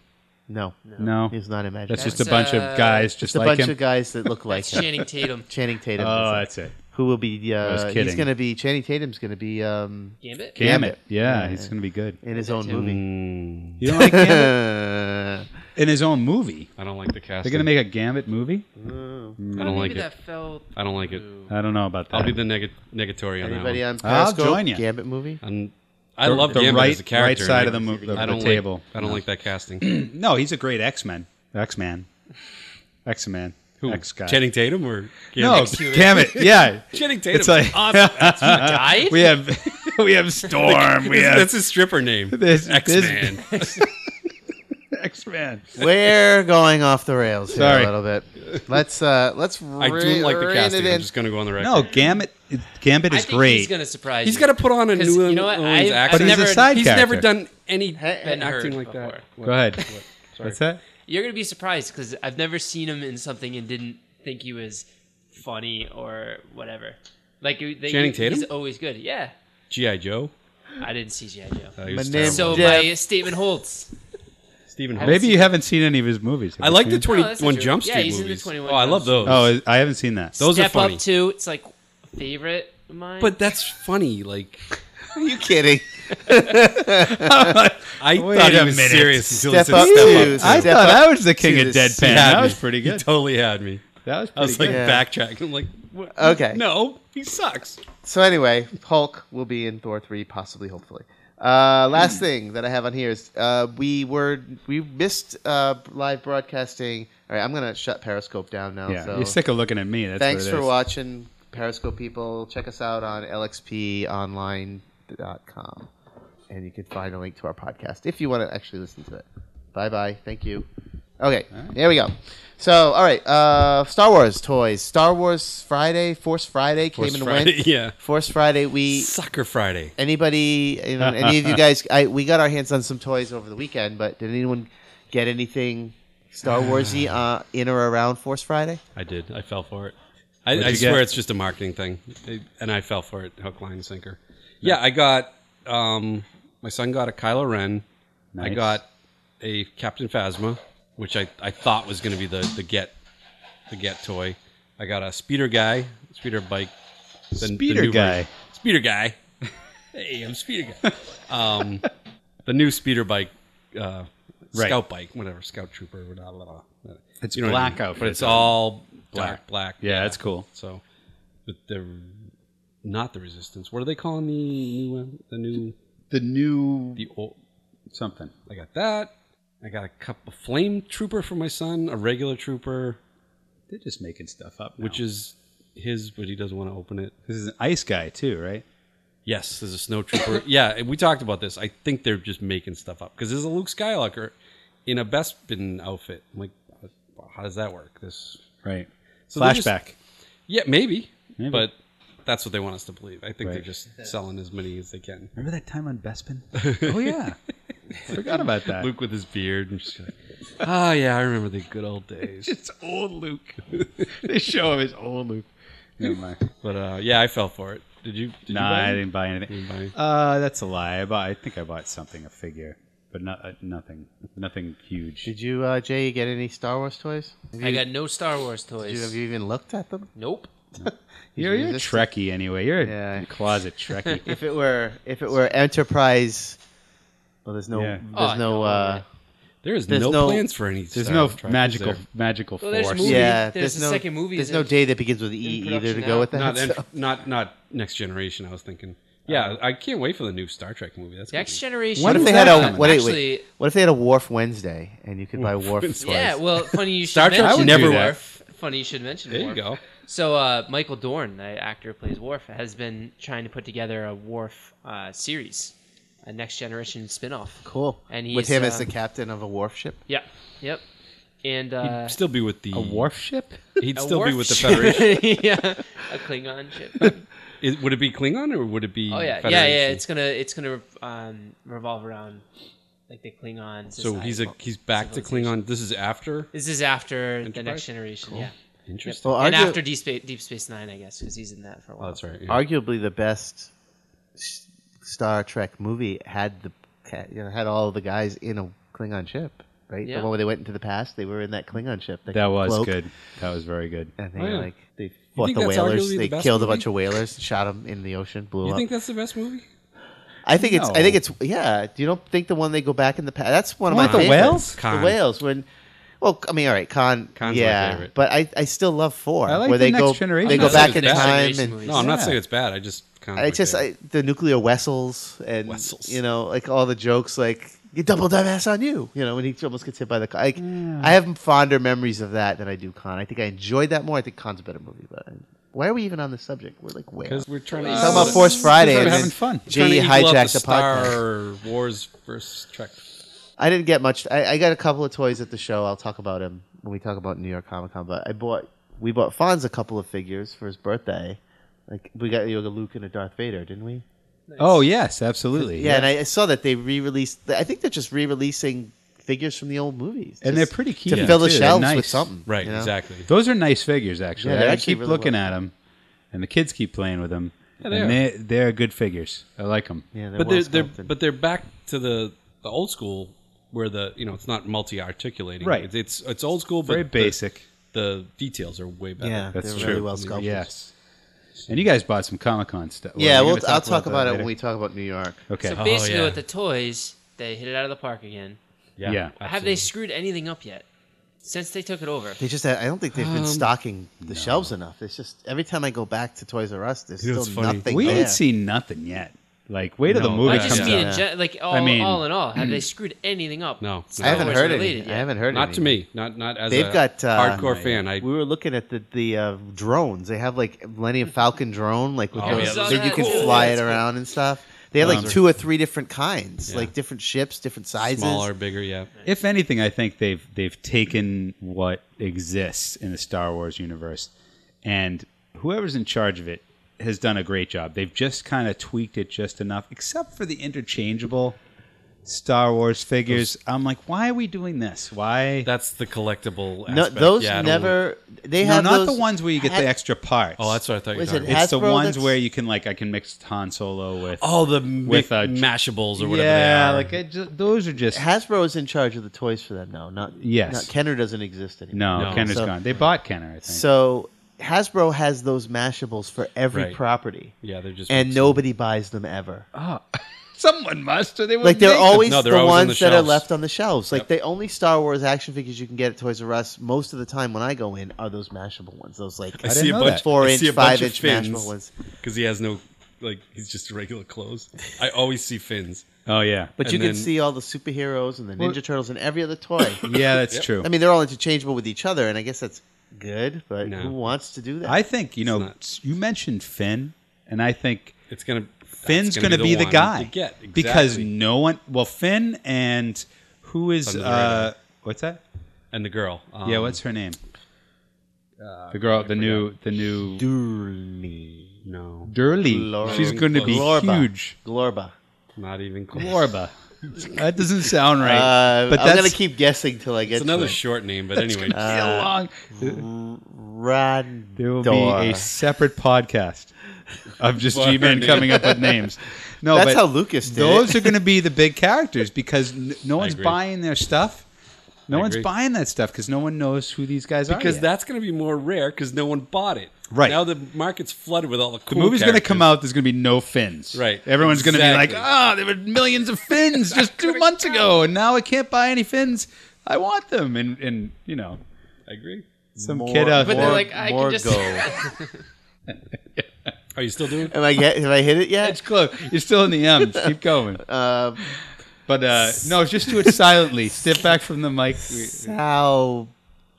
A: No,
C: No.
A: he was not in Magic.
C: That's just a
A: Mike.
D: That's,
C: bunch
D: uh,
C: of guys
A: It's
C: just
A: a
C: like
A: bunch
C: him.
A: of guys that look like
D: It's
A: him.
D: Channing Tatum.
A: [laughs] Channing Tatum.
C: oh,
A: is-
C: that's it.
A: who will be?
C: was
A: Uh, he's
C: kidding.
A: going to be Channing Tatum's going to be um,
C: Gambit.
D: Gambit.
A: Gambit.
C: Yeah,
A: Yeah,
C: he's
A: yeah.
C: gonna
A: [laughs]
C: be good.
A: in his own
D: Tatum.
A: movie.
B: Mm,
C: You don't like Gambit [laughs]
A: Uh,
C: in his own movie?
B: I don't like the cast.
C: They're gonna make a Gambit movie?
B: I don't like
D: maybe
B: it.
D: that fell.
B: I don't like it.
C: I don't know about that.
B: I'll be the neg- negatory on
A: anybody
B: that.
A: on
C: I'll
A: Periscope?
C: join ya.
A: Gambit
C: [laughs]
A: movie.
B: one. And I
C: The-
B: love
C: the
B: Gambit
C: right-
B: as a character.
C: right
B: and
C: side of the mo-
B: I don't
C: of the
B: like-
C: table.
B: I don't like that casting.
C: No, he's a great X Men. X Man. X Man.
B: Who?
C: X guy.
B: Channing Tatum or
C: no,
B: Gambit? [laughs]
C: [laughs] Gambit. Yeah.
B: Channing Tatum.
C: It's like-
B: awesome. That's
C: [laughs]
B: who
D: Died?
C: we have [laughs] we have Storm. we
B: That's-
C: have
B: That's his stripper name.
C: [laughs] This- this-
B: X Man.
C: X Man.
A: We're going off the rails here
C: Sorry.
A: a little bit. Let's uh, let's. Re-
B: I do like the
A: rein
B: casting.
A: It
B: I'm
A: in.
B: just gonna go on the record.
C: No, Gambit. Gambit
D: I
C: is
D: think
C: great.
D: he's gonna surprise.
B: he's
D: you.
B: got to put on a
D: 'Cause
B: New
D: you know what?
B: Orleans accent.
D: I've- I've
C: But he's a
D: never-
C: side
B: He's
C: character.
B: never done any
D: been
B: acting
D: heard
B: like that.
D: before.
C: Go ahead.
B: Sorry.
C: What's that?
D: You're gonna be surprised because I've never seen him in something and didn't think he was funny or whatever. Like you- they,
B: Channing
D: he's
B: Tatum?
D: always good. Yeah,
B: GI Joe.
D: I didn't see GI Joe.
B: Uh, he was
A: My
B: terrible.
A: name-
D: So
A: Jeff.
D: my statement holds.
B: Stephen Holt.
C: Maybe you haven't seen any of his movies. Have
B: I
C: you
B: like
C: seen
B: the
C: it?
D: No, that's
B: 21
D: not
B: Jump
D: Oh, true.
B: Street
D: Yeah, he's in the
B: movies.
D: 21
B: oh, I
D: Jump
B: love those.
D: Street.
C: Oh, I haven't seen that.
B: those
D: Step
B: are funny.
D: up too. It's like favorite of mine.
B: But that's funny. Like
A: [laughs] Are you
C: [laughs]
A: kidding?
B: I
C: Wait
B: thought he
C: a
B: was
C: minute.
B: serious until
A: Step
B: he said
A: up
B: step
A: to-
B: up.
C: I
A: Step
C: thought
A: up
C: I was the king
A: to
C: of
A: the
C: deadpan.
A: scene.
C: That
B: Had
C: was
B: me.
C: pretty
B: He
C: good.
B: totally had me.
C: That was
B: I was
C: pretty
B: like
C: good.
A: Yeah.
B: backtracking. I'm like, what?
A: Okay.
B: No, he sucks.
A: So anyway, Hulk will be in Thor three, possibly, hopefully. Uh, last thing that I have on here is uh, we were we missed uh, live broadcasting. All right, I'm gonna shut Periscope down now.
C: Yeah,
A: so
C: you're sick of looking at me. That's
A: thanks
C: what it
A: for
C: is.
A: watching, Periscope people. Check us out on lxponline.com, and you can find a link to our podcast if you want to actually listen to it. Bye bye. Thank you. Okay, there we go. So, all right, uh, Star Wars toys. Star Wars Friday, Force Friday came
B: Force
A: and
C: [laughs]
B: Friday, [laughs]
A: went.
B: yeah.
A: Force Friday. We
B: Sucker Friday.
A: anybody you know, any of
C: [laughs]
A: you guys I, we got our hands on some toys over the weekend but did anyone get anything star
C: [sighs]
A: warsy uh, in or around force friday
B: I did. I fell for it. I,
C: What'd
B: I
C: you
B: swear
C: get?
B: it's just a marketing thing, It- and I fell for it, hook, line, and sinker. Yeah, I got um, My son got a Kylo Ren. I
C: Nice.
B: got a Captain Phasma, which I, I thought was going to be the, the get the get toy. I got a speeder guy, speeder bike. The, the
C: Speeder
B: new
C: guy.
B: version. Speeder guy. [laughs] hey, I'm speeder guy. Um, the new speeder bike, uh,
C: Right.
B: scout bike, whatever, scout trooper, blah, blah, blah.
C: It's
B: know what I mean?
C: blackout,
B: but it's all black,
C: Black.
B: black.
C: Yeah, that's cool.
B: So, but they're not the resistance. What are they calling the new one? The new
C: the new
B: the old.
C: something.
B: I got that. I got a cup of flame trooper for my son, a regular trooper,
C: They're just making stuff up, now.
B: which is his, but he doesn't want to open it.
C: this is an ice guy too, right?
B: Yes, there's a snow
C: [coughs]
B: trooper. yeah, and we talked about this. I think they're just making stuff up because there's a Luke Skywalker in a Bespin outfit. I'm like, how does that work? This
C: Right.
B: So they're just-
C: Flashback.
B: Yeah, maybe,
C: Maybe.
B: But that's what they want us to believe. I think they're
C: Right.
B: just selling as many as they can.
C: Remember that time on Bespin? [laughs] oh yeah, forgot about that.
B: Luke with his beard and [laughs] just like, oh yeah, I remember the good old [laughs] days.
C: It's old Luke. [laughs] they show him as old Luke. Never mind.
B: But uh, yeah, I fell for it. Did you? Did
C: [laughs] Nah,
B: you buy
C: I
B: it?
C: didn't buy anything.
B: You didn't
C: Uh, that's a lie. I bought. I think I bought something, a figure, but not uh, nothing, nothing huge.
A: Did you, uh, Jay, get any Star Wars toys? Have you,
D: I got no Star Wars
A: Did you, have
D: toys.
A: you even looked at them?
D: Nope.
C: You're, you're a
A: Resist-
C: Trekkie anyway. You're a
A: Yeah.
C: closet Trekkie. [laughs]
A: If it were, if it were Enterprise, well, there's no,
C: Yeah.
A: there's
D: Oh,
A: no,
D: no,
A: uh,
B: There is
A: There's
B: no,
A: no-
B: plans for any.
C: There's
B: Star
C: no
B: Trek, is
C: magical,
B: there?
C: magical
D: Well, there's
C: force.
D: movie.
A: yeah.
D: There's
A: There's,
D: the
A: no,
D: second movie
A: There's
D: is
A: no
D: in-
A: day that begins with
D: in
A: E either to
D: production
A: go
D: now.
A: with that.
B: [laughs]
A: [laughs]
B: Not,
A: so-
B: ent- not not next generation. I was thinking. Yeah, I can't wait for the new Star Trek movie. That's gonna
D: Next
B: be-
D: generation.
A: What if
C: is
A: they had
C: that
A: a
C: coming?
A: what, wait,
D: Actually-
A: wait, what if they had a Wharf Wednesday and you could buy Wharf toys?
D: Yeah, well, funny you should
B: Star Trek
D: mention
B: would never
D: Worf.
B: work.
D: Funny you should mention.
B: There you
D: Worf.
B: go.
D: So uh, Michael Dorn, the actor who plays Worf, has been trying to put together a Worf uh, series, a Next Generation spin-off.
A: cool.
D: And
A: with
D: he's,
A: him as
D: uh,
A: the captain of a wharf ship.
D: Yep. Yep. And
B: He'd
D: uh,
B: still be with the
C: A wharf ship?
B: He'd
D: a
B: still be
D: Worf
B: with [laughs] the
D: ship.
B: Federation.
D: [laughs] yeah, a
B: [laughs]
D: Klingon ship.
B: Is- would it be Klingon or would it be?
D: Oh yeah, yeah,
B: Federation?
D: yeah. It's gonna it's gonna um, revolve around like the Klingons.
B: So he's a he's back to Klingon. This is after.
D: This is after the
B: Enterprise?
D: Next Generation. Yeah.
B: Interesting.
A: Well,
D: and
A: argu-
D: after Deep Space, Deep Space Nine, I guess, because he's in that for a
B: Oh,
D: while.
B: that's right. yeah.
A: arguably the best s- Star Trek movie had the ca- you know had all the guys in a Klingon ship, right?
D: Yeah.
A: The one where they went into the past, they were in that Klingon ship.
C: That was
A: cloak,
C: good. That was very good.
A: And they
B: Oh, yeah.
A: like they fought
B: think
A: the
B: that's
A: whalers.
B: arguably the
A: they
B: best
A: killed a
B: movie?
A: bunch of whalers, shot them in the ocean, blew
B: You
A: up.
B: think that's the best movie?
A: I think it's I think
C: No.
A: it's yeah. Do you don't think the one they go back in the past? That's one of
C: What,
A: my
C: the
A: favorites.
C: whales?
B: Khan.
A: The whales when. Well, I mean, all right, Khan.
B: Khan's my
A: yeah,
B: favorite.
A: but I, I still love four.
C: I like
A: where
C: the
A: they
C: Next
A: go
C: Generation.
A: they
B: I'm
A: go
B: not
A: back
B: saying
A: in
B: it's bad.
A: time
D: Generation
A: and
D: movies.
B: No, I'm not
C: Yeah.
B: saying it's bad. I just kind of
A: I just I, the nuclear vessels and
B: Wessels.
A: you know like all the jokes like you double dumbass on you you know when he almost gets hit by the car. Like, I have fonder memories of that than I do Khan. I think I enjoyed that more. I think Khan's a better movie, but why are we even on the subject? We're like way
B: because
A: off.
B: we're trying to
A: We're talking about Force Friday
C: we're
A: and
C: having
A: then
C: fun.
B: We're trying
A: Jay
B: to equal out
A: hijacked the,
B: Star
A: podcast.
B: Wars versus Trek.
A: I didn't get much. I, I got a couple of toys at the show. I'll talk about him when we talk about New York Comic Con. But I bought we bought Fonz a couple of figures for his birthday. Like we got you a Luke and a Darth Vader, didn't we?
C: Oh yes, absolutely.
A: Yeah, and I, I saw that they re-released. I think they're just re-releasing figures from the old movies, just
C: And they're pretty key
A: to fill the
C: too. They're
A: shelves with
C: nice.
A: something.
B: Right,
A: you know?
B: exactly.
C: Those are nice figures, actually.
A: Yeah, they're
C: I
A: actually
C: keep
A: really
C: looking
A: well
C: at 'em, at them, and the kids keep playing with them.
B: Yeah, they
C: and
B: are.
C: they they're good figures. I like them.
A: Yeah, they're
B: But they're,
A: well
B: they're
A: sculpted.
B: but they're back to the the old school where the you know it's not multi articulating.
C: Right.
B: It's, it's it's old school, but
C: Very
B: the-
C: basic.
B: The, details are way better.
A: yeah,
C: That's
A: they're
C: true.
A: really well sculpted.
C: Yes. And you guys bought some Comic Con stuff. Well,
A: yeah.
C: we're
A: Well,
C: gonna
A: I'll talk about,
C: that
A: it when we
C: later.
A: talk about New York.
C: Okay.
D: So basically,
B: yeah.
D: with the toys, they hit it out of the park again.
B: yeah.
C: Yeah.
D: Have they screwed anything up yet since they took it over?
A: They just, I don't think they've been stocking the shelves enough. It's just every time I go back to Toys R Us, there's
B: You know,
A: still
B: it's funny.
A: nothing.
C: we
A: there.
C: ain't seen nothing yet. Like, wait till the
B: No,
C: movie
D: I
B: that
D: just
C: comes
D: mean,
C: out.
A: out.
D: in gen- like all,
C: mean-
D: all in all, have [clears throat] they screwed anything up?
B: No.
D: Star
A: I haven't
D: Wars
A: heard
D: related
A: it. I
D: yet?
A: haven't heard
B: Not
A: any.
B: to me. Not not as
A: They've
B: a
A: got, uh,
B: hardcore fan. I
A: We were looking at the the uh, drones. They have like Millennium Falcon drone, like with
B: Oh,
A: those,
B: yeah, those
A: that
D: are
A: you can
D: cool.
A: fly it
D: That's cool.
A: around and stuff. They have like
B: Those are-
A: two or three different kinds,
B: Yeah.
A: like different ships, different sizes.
B: smaller, bigger. Yeah.
C: If anything, I think they've they've taken what exists in the Star Wars universe, and whoever's in charge of it has done a great job. They've just kind of tweaked it just enough, except for the interchangeable Star Wars figures. I'm like, why are we doing this? Why?
B: That's the collectible. Aspect.
A: No, those
B: Yeah, I don't-
A: never. They
C: no,
A: have
C: not the
A: those-
C: ones where you get
A: had-
C: the extra parts.
B: Oh, that's what I thought you were
A: Was
B: talking
A: it
B: about.
A: ha-
C: It's the
A: Hasbro
C: ones
A: that's-
C: where you can like I can mix Han Solo with.
B: Oh, the
C: With,
B: with,
C: uh,
B: mashables or whatever they
C: yeah,
B: are.
C: like I ju- those are just
A: Hasbro is in charge of the toys for them now. Not
C: Yes.
A: Not, Kenner doesn't exist anymore.
C: no.
B: No.
C: Kenner's
A: So-
C: gone. They bought Kenner, I think.
A: So Hasbro has those mashables for every
B: Right.
A: property,
B: yeah, they're just
A: and nobody buys them ever.
C: Someone must, or they would
A: like they're always
B: No, they're
A: the
B: always on
A: ones
B: the
A: that are
B: shelves.
A: left on the shelves. Like the only Star Wars action figures you can get at Toys R Us most of the time when I go in are those mashable ones. Those like
B: I,
C: didn't
B: see a
C: know
B: bunch,
C: that.
A: four
B: I
A: inch,
B: see a bunch
A: five
B: of
A: inch
B: fins
A: mashable ones.
B: because he has no like he's just regular clothes. I always see fins.
C: Oh yeah,
A: But
B: And
A: you
B: then-
A: can see all the superheroes and the Ninja
C: Well-
A: Turtles and every other
B: [laughs]
A: toy.
C: yeah, that's true.
A: I mean, they're all interchangeable with each other, and I guess that's good. But
B: No.
A: who wants to do that?
C: I think you know
B: not-
C: you mentioned Finn, and I think
B: It's gonna
C: Finn's
B: that's
C: going to be the,
B: one
C: guy
B: to get exactly.
C: because no one. Well, Finn and who is
B: Thunder
C: uh, what's that?
B: and the girl. Um, uh,
C: yeah, what's her name? the girl, the new, the new
A: Durley.
B: no?
C: Durley.
A: Glor-
C: She's going to be
A: Glorba.
C: huge.
A: Glorba.
B: Not even close.
C: Glorba. [laughs] that doesn't sound right.
A: Uh,
C: but
A: I'm
C: that's
A: gonna keep Uh, guessing till I get
B: It's
A: to
B: another
A: it.
B: short name, but anyway,
C: gonna be a long.
A: Randor.
C: There will be a separate podcast of just
B: Well, her
C: G Man
B: name.
C: coming up with
A: [laughs]
C: names. No,
A: That's
C: but
A: how Lucas did
C: Those
A: it.
C: are going to be the big characters because n- no one's
B: agree.
C: buying their stuff. No
B: I
C: one's
B: agree.
C: buying that stuff because no one knows who these guys are.
B: because
C: yet.
B: that's going to be more rare because no one bought it.
C: Right.
B: now, the market's flooded with all the
C: the
B: cool.
C: movie's going to come
B: characters.
C: out. There's going to be no fins.
B: Right,
C: Everyone's going to
B: exactly.
C: be like, ah, there were millions
B: [laughs]
C: of fins just two months ago, and now I can't buy any fins. I want them, and and you know,
B: I agree.
C: some kid out
D: But
C: there.
D: they're like, I can just.
B: [laughs] Are you still doing?
A: Am I get? Have I hit it
C: it's
A: yet?
C: close. You're still in the M's. Keep going.
A: Uh,
C: But uh, no, just do it silently. Step back from the mic.
A: Salbarg.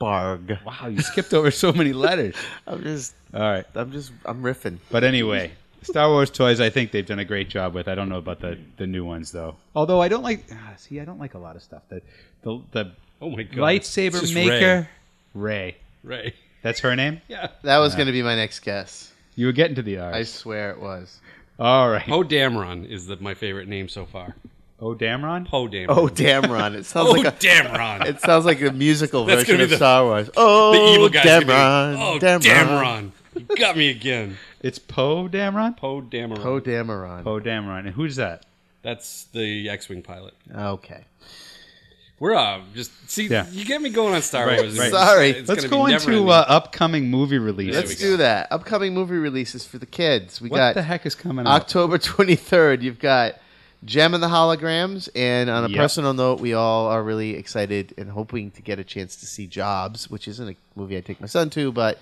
C: Wow, you skipped over so many letters.
A: I'm just,
C: All right.
A: I'm just, I'm riffing.
C: But anyway, Star Wars toys, I think they've done a great job with. I don't know about the, the new ones though. Although I don't like, ah, see, I don't like a lot of stuff. The the, the
B: Oh my god! It's
C: lightsaber
B: just
C: maker, Ray.
B: Ray. Ray.
C: That's her name.
B: Yeah.
A: That was going to be my next guess.
C: You were getting to the
A: I
C: R's.
A: swear it was.
C: All right.
B: Poe Dameron is the, my favorite name so far.
C: Oh, Dameron.
B: Poe Dameron.
A: Oh
B: [laughs]
A: Damron! It [laughs] sounds
B: Oh,
A: like a.
B: Dameron.
A: It sounds like a musical
B: That's
A: version
B: gonna be
A: of
B: the-
A: Star Wars. Oh,
B: the evil guy's gonna be,
A: Damron!
B: Oh,
A: Damron!
B: Dameron. You got me
A: [laughs]
B: again.
C: It's Poe Dameron.
B: Poe Dameron.
A: Oh Dameron.
C: Poe Dameron. And who's that?
B: That's the X-wing pilot.
A: Okay.
B: We're uh, just see.
C: Yeah.
B: You get me going on Star
C: Right,
B: Wars.
C: right.
A: Sorry.
B: It's
C: Let's
B: gonna
C: go
B: be
C: into
B: never-ending.
C: uh, upcoming movie releases.
B: There
A: Let's
B: we go.
A: do that. Upcoming movie releases for the kids. We
C: What
A: got
C: the heck is coming out?
A: October [laughs] 23rd, you've got Gem and the Holograms. And on a
C: Yep.
A: personal note, we all are really excited and hoping to get a chance to see Jobs, which isn't a movie I take my son to, but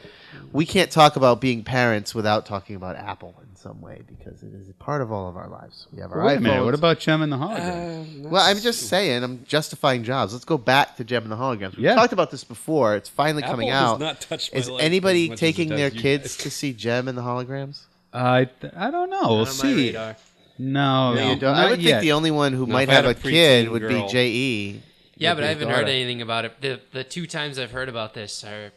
A: we can't talk about being parents without talking about Apple in some way because it is a part of all of our lives. We have our
C: Wait a minute.
A: iPhones.
C: What about Chem and the Hologram?
A: Well, I'm just saying, I'm justifying Jobs. Let's go back to Gem and the Holograms. We've
C: Yeah.
A: talked about this before. It's finally
B: Apple
A: coming
B: does
A: out.
B: not touch my
A: is
B: life as
A: anybody
B: much as it
A: taking
B: does
A: their
B: you
A: kids
B: guys.
A: to see Gem and the Holograms?
C: I th- I don't know. We'll
D: on my
C: see.
D: radar.
C: No,
B: No,
A: You don't- I
C: not
A: would
C: yet.
A: think the only one who might
B: if I had
A: have
B: a
A: a, kid
B: preteen
A: would
B: girl-
A: be J.E.
D: Yeah,
A: would
D: but
A: be
D: I
A: his
D: haven't heard
A: daughter.
D: anything about it. The the two times I've heard about this are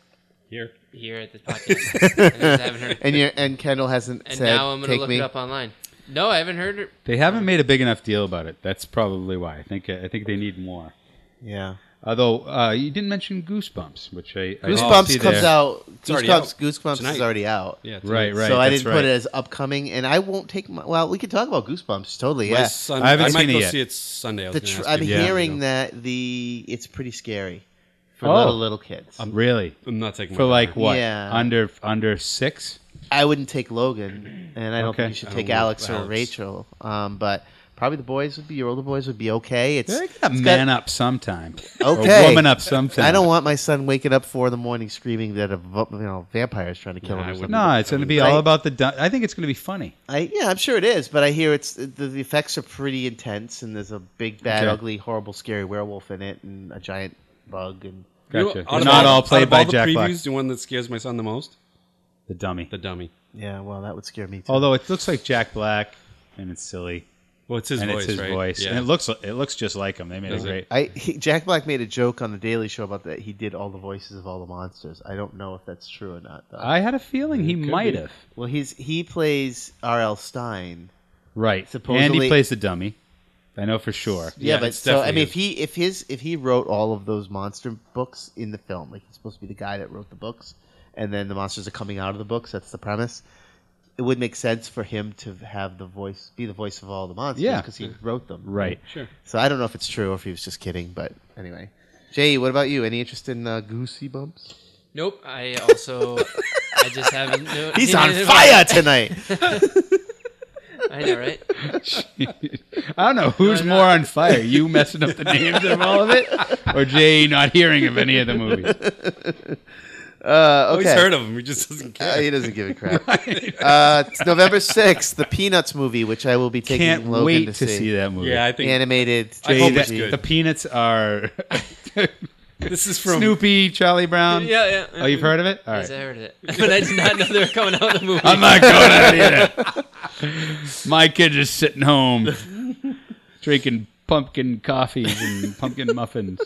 B: Here.
D: here
A: [laughs]
D: at the podcast. I just haven't heard.
A: And you and Kendall hasn't
D: And
A: said
D: now I'm gonna
A: take
D: look
A: me.
D: it up online. No, I haven't heard. it.
C: they haven't made a big enough deal about it. That's probably why. I think I think they need more.
A: Yeah.
C: Although uh, you didn't mention Goosebumps, which I, I didn't see
A: Goosebumps comes
C: there.
A: out.
B: already
A: Goosebumps
B: out.
A: Goosebumps
B: Tonight.
A: is already out.
B: Yeah. it's-
C: Right, right.
A: So I
C: that's
A: didn't put
C: right.
A: it as upcoming, and I won't take my. Well, we could talk about Goosebumps totally.
B: My
A: Yeah.
B: son,
C: I haven't
B: might
C: seen it
B: go
C: yet.
B: see it Sunday. I was
A: The
B: gonna
A: tr-
B: ask
A: I'm
B: you.
C: Yeah.
A: hearing that the it's pretty scary for
C: Oh.
A: little little kids.
B: Um,
C: really
B: I'm not taking
C: for
B: my
C: like what
A: Yeah.
C: under under six.
A: I wouldn't take Logan, and I don't
C: Okay.
A: think you should
B: I
A: take
B: don't know
A: Alex or
B: Alex.
A: Rachel. Um, but probably the boys would be your older boys would be okay. It's,
C: They got
A: it's got-
C: man up sometime.
A: Okay.
C: Or woman up sometime.
A: I don't want my son waking up four in the morning screaming that a vo- you know, vampire is trying to kill
B: Nah,
A: him.
B: I
A: Or
B: wouldn't.
A: something.
C: No, it's going to be all
A: Right.
C: about the. Dun- I think it's going to be funny.
A: I, yeah, I'm sure it is, but I hear it's the, the effects are pretty intense, and there's a big, bad,
C: Okay.
A: ugly, horrible, scary werewolf in it, and a giant bug, and
B: You know,
C: Gotcha.
B: out of
C: not all
B: out
C: played
B: of
C: by
B: the
C: Jack
B: previews,
C: Black.
B: The one that scares my son the most,
C: The dummy.
B: the dummy.
A: yeah, well, that would scare me too.
C: Although it looks like Jack Black, and it's silly,
B: Well, it's his
C: and
B: voice,
C: it's his
B: right?
C: voice,
B: Yeah.
C: and it looks it looks just like him. They made
B: Does
C: it
B: it?
C: great.
A: I he, Jack Black made a joke on the Daily Show about that he did all the voices of all the monsters. I don't know if that's true or not. Though.
C: I had a feeling he
B: could
C: might
B: be.
C: have.
A: well, he's he plays R.L. Stein,
C: Right. and
A: Supposedly-
C: he plays the dummy. I know for sure.
A: Yeah,
B: Yeah,
A: but
B: it's
A: so I
B: definitely
A: mean, if
B: his.
A: he if his if he wrote all of those monster books in the film, like he's supposed to be the guy that wrote the books, and then the monsters are coming out of the books. That's the premise. It would make sense for him to have the voice, be the voice of all the monsters,
C: Yeah.
A: because he wrote them.
C: Right.
B: Sure.
A: So I don't know if it's true or if he was just kidding, but anyway. Jay, what about you? Any interest in uh, Goosey Bumps?
D: Nope. I also. I
A: [laughs]
D: just haven't. No,
A: He's on fire tonight.
D: I know, right?
C: [laughs] I don't know who's
D: No, no.
C: more on fire, you messing [laughs] up the names of all of it, or Jay not hearing of any of the movies.
A: Uh,
B: Oh,
A: okay.
B: he's heard of him. He just doesn't
A: Uh,
B: care.
A: he doesn't give a crap. uh, it's November sixth, the Peanuts movie, which I will be taking
C: Can't
A: Logan
C: wait
A: to
C: to see. that movie.
B: yeah, I think
A: Animated.
B: I
C: Jay,
B: hope
A: trilogy.
B: it's
C: that-
B: good.
C: The peanuts are [laughs]
B: this is from
C: Snoopy, Charlie Brown.
D: Yeah, yeah.
C: Oh, you've heard of it? All
D: Yes, I
C: right.
D: heard of it, but I did not know they were coming [laughs] out with a movie.
C: I'm not going out either.
B: [laughs]
C: My kids are sitting home drinking pumpkin coffees and pumpkin muffins.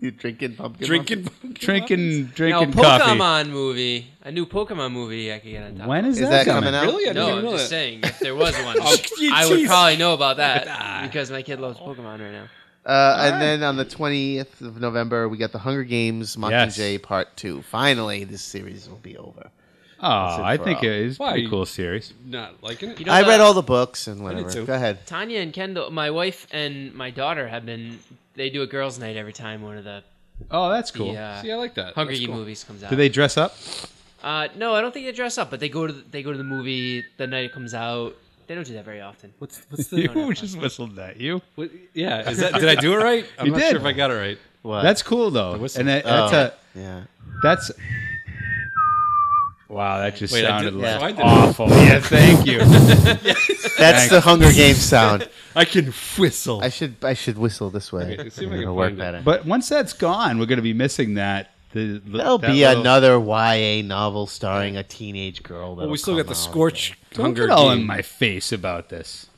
A: You drinking pumpkin?
B: [laughs] drinking.
C: Drinking
D: now,
C: drinking
D: Pokemon
C: coffee.
D: movie, a new Pokemon movie I could get on top.
C: When
D: of.
C: is,
A: Is that
C: that,
A: coming out?
B: Really? I didn't
D: No,
B: even
D: I'm
B: know
D: just
B: that.
D: saying if there was one,
B: [laughs] Oh, gee,
D: I would
B: jeez.
D: probably know
B: [laughs]
D: about that because my kid loves Pokemon right now.
A: Uh, and then on the 20th of November, we got the Hunger Games Mockingjay
C: Yes.
A: Part 2. Finally, this series will be over.
C: Oh, I think it is a
B: Why?
C: pretty cool series.
B: [laughs] Not liking it.
D: You know
A: I
D: the-
A: read all the books and whatever.
B: too.
A: Go ahead.
D: Tanya and Kendall, my wife and my daughter have been. They do a girls' night every time one of the
C: Oh, that's cool.
D: the, uh,
B: See, I like that.
D: Hunger
B: That's
D: Games
B: cool.
D: movies comes out.
C: Do they
A: [laughs]
C: dress up?
D: Uh, no, I don't think they dress up, but they go to the, they go to the movie the night it comes out. They don't do that very often.
B: What's
A: [laughs]
B: what's the?
C: You [laughs] just whistled that. You.
B: what- yeah, [laughs] is that, did I do it right? I'm
C: You
B: not
C: did.
B: sure if I got it right.
A: What?
C: That's cool though.
B: whistle.
C: And that,
A: Oh,
C: that's a
A: yeah.
C: that's Wow, that just
B: Wait, I
C: sounded
B: did.
C: like
B: So I did. [laughs]
C: awful. yeah, thank you.
A: That's the Hunger
B: [laughs]
A: Games sound.
B: I can whistle.
A: I should I should whistle this way.
B: Okay, let's see if
A: I'm
B: I can
A: gonna work
B: find
A: that
B: it.
A: in.
C: But once that's gone, we're going to be missing that. The,
A: There'll
C: that
A: be
C: little-
A: another YA novel starring a teenage girl.
B: well,
A: that'll
B: we still got
A: come
B: the
A: out.
B: Scorch
C: Don't
B: Hunger
C: get all in
B: Game.
C: my face about this.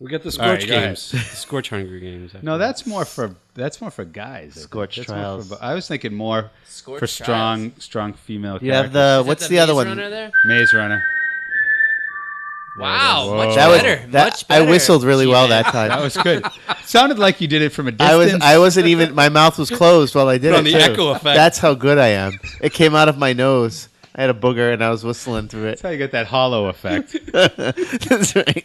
B: We got the
C: All right,
B: Scorch
C: go ahead.
B: Games. The Scorch Hunger Games.
C: No, that's more for that's more for guys. I think.
A: Scorch
C: That's more
A: Trials.
C: for- I was thinking more
D: Scorch
C: for strong strong female.
A: You have
C: characters.
A: the
D: Is that
A: what's the other
D: Maze
A: one?
D: Runner there?
C: Maze Runner.
D: Wow,
C: Whoa.
D: much
C: That was-
D: better.
A: that-
D: much better.
A: I whistled really well that time.
C: That was Oh, good. Sounded like you did it from a distance.
A: I was I wasn't even my mouth was closed while I did
B: Put
A: it.
B: on the
A: too.
B: echo effect.
A: That's how good I am. It came out of my nose. I had a booger and I was whistling through it. [laughs]
C: That's how you get that hollow effect.
A: That's right.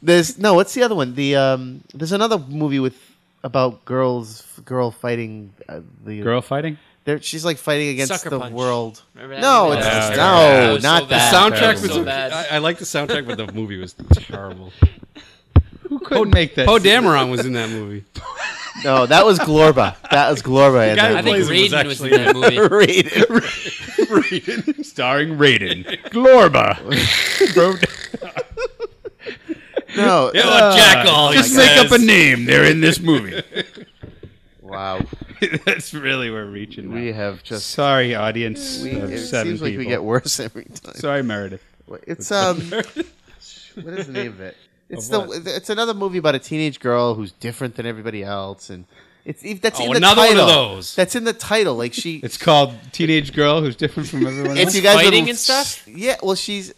A: There's no. What's the other one? The um. There's another movie with about girls, girl fighting uh, the
C: Girl fighting.
A: They're, she's like fighting against
D: Sucker
A: the
D: Punch.
A: world.
D: Remember that
A: No,
D: movie?
A: it's,
C: That was
A: no,
D: terrible.
A: not that.
D: That was so bad.
B: soundtrack was.
D: So
B: okay.
D: bad.
B: I, I like the soundtrack, but the movie
C: [laughs]
B: was terrible.
C: Who couldn't make that? [laughs]
B: Poe Dameron was in that movie.
A: No, that was Glorba. That was Glorba. in
B: guy
A: that
D: I think
B: Blaze was
D: Raiden was,
B: actually- [laughs]
D: in that movie.
A: movie. [laughs] Rated.
C: starring Raiden, Glorba. Bro-
A: No.
B: [laughs]
C: Oh,
B: Yeah,
A: uh,
B: well, Jackal. he
C: Just make up a
B: says.
C: name. They're in this movie.
A: wow.
C: [laughs] That's really we're reaching. now.
A: We have just.
C: Sorry, audience.
A: We,
C: of
A: it
C: seven
A: seems like we
C: people.
A: get worse [laughs] every time.
C: Sorry, Meredith.
A: It's um. [laughs] what is the name of it? It's the.
B: [laughs] Of
A: It's another movie about a teenage girl who's different than everybody else, and it's ev- that's
B: Oh,
A: in the
B: another one of
A: title.
B: those.
A: That's in the title. Like
B: [laughs]
A: she,
C: It's called Teenage Girl Who's Different from Everyone
A: if
C: Else.
A: you guys would-
D: fighting and stuff?
A: Yeah, well, she's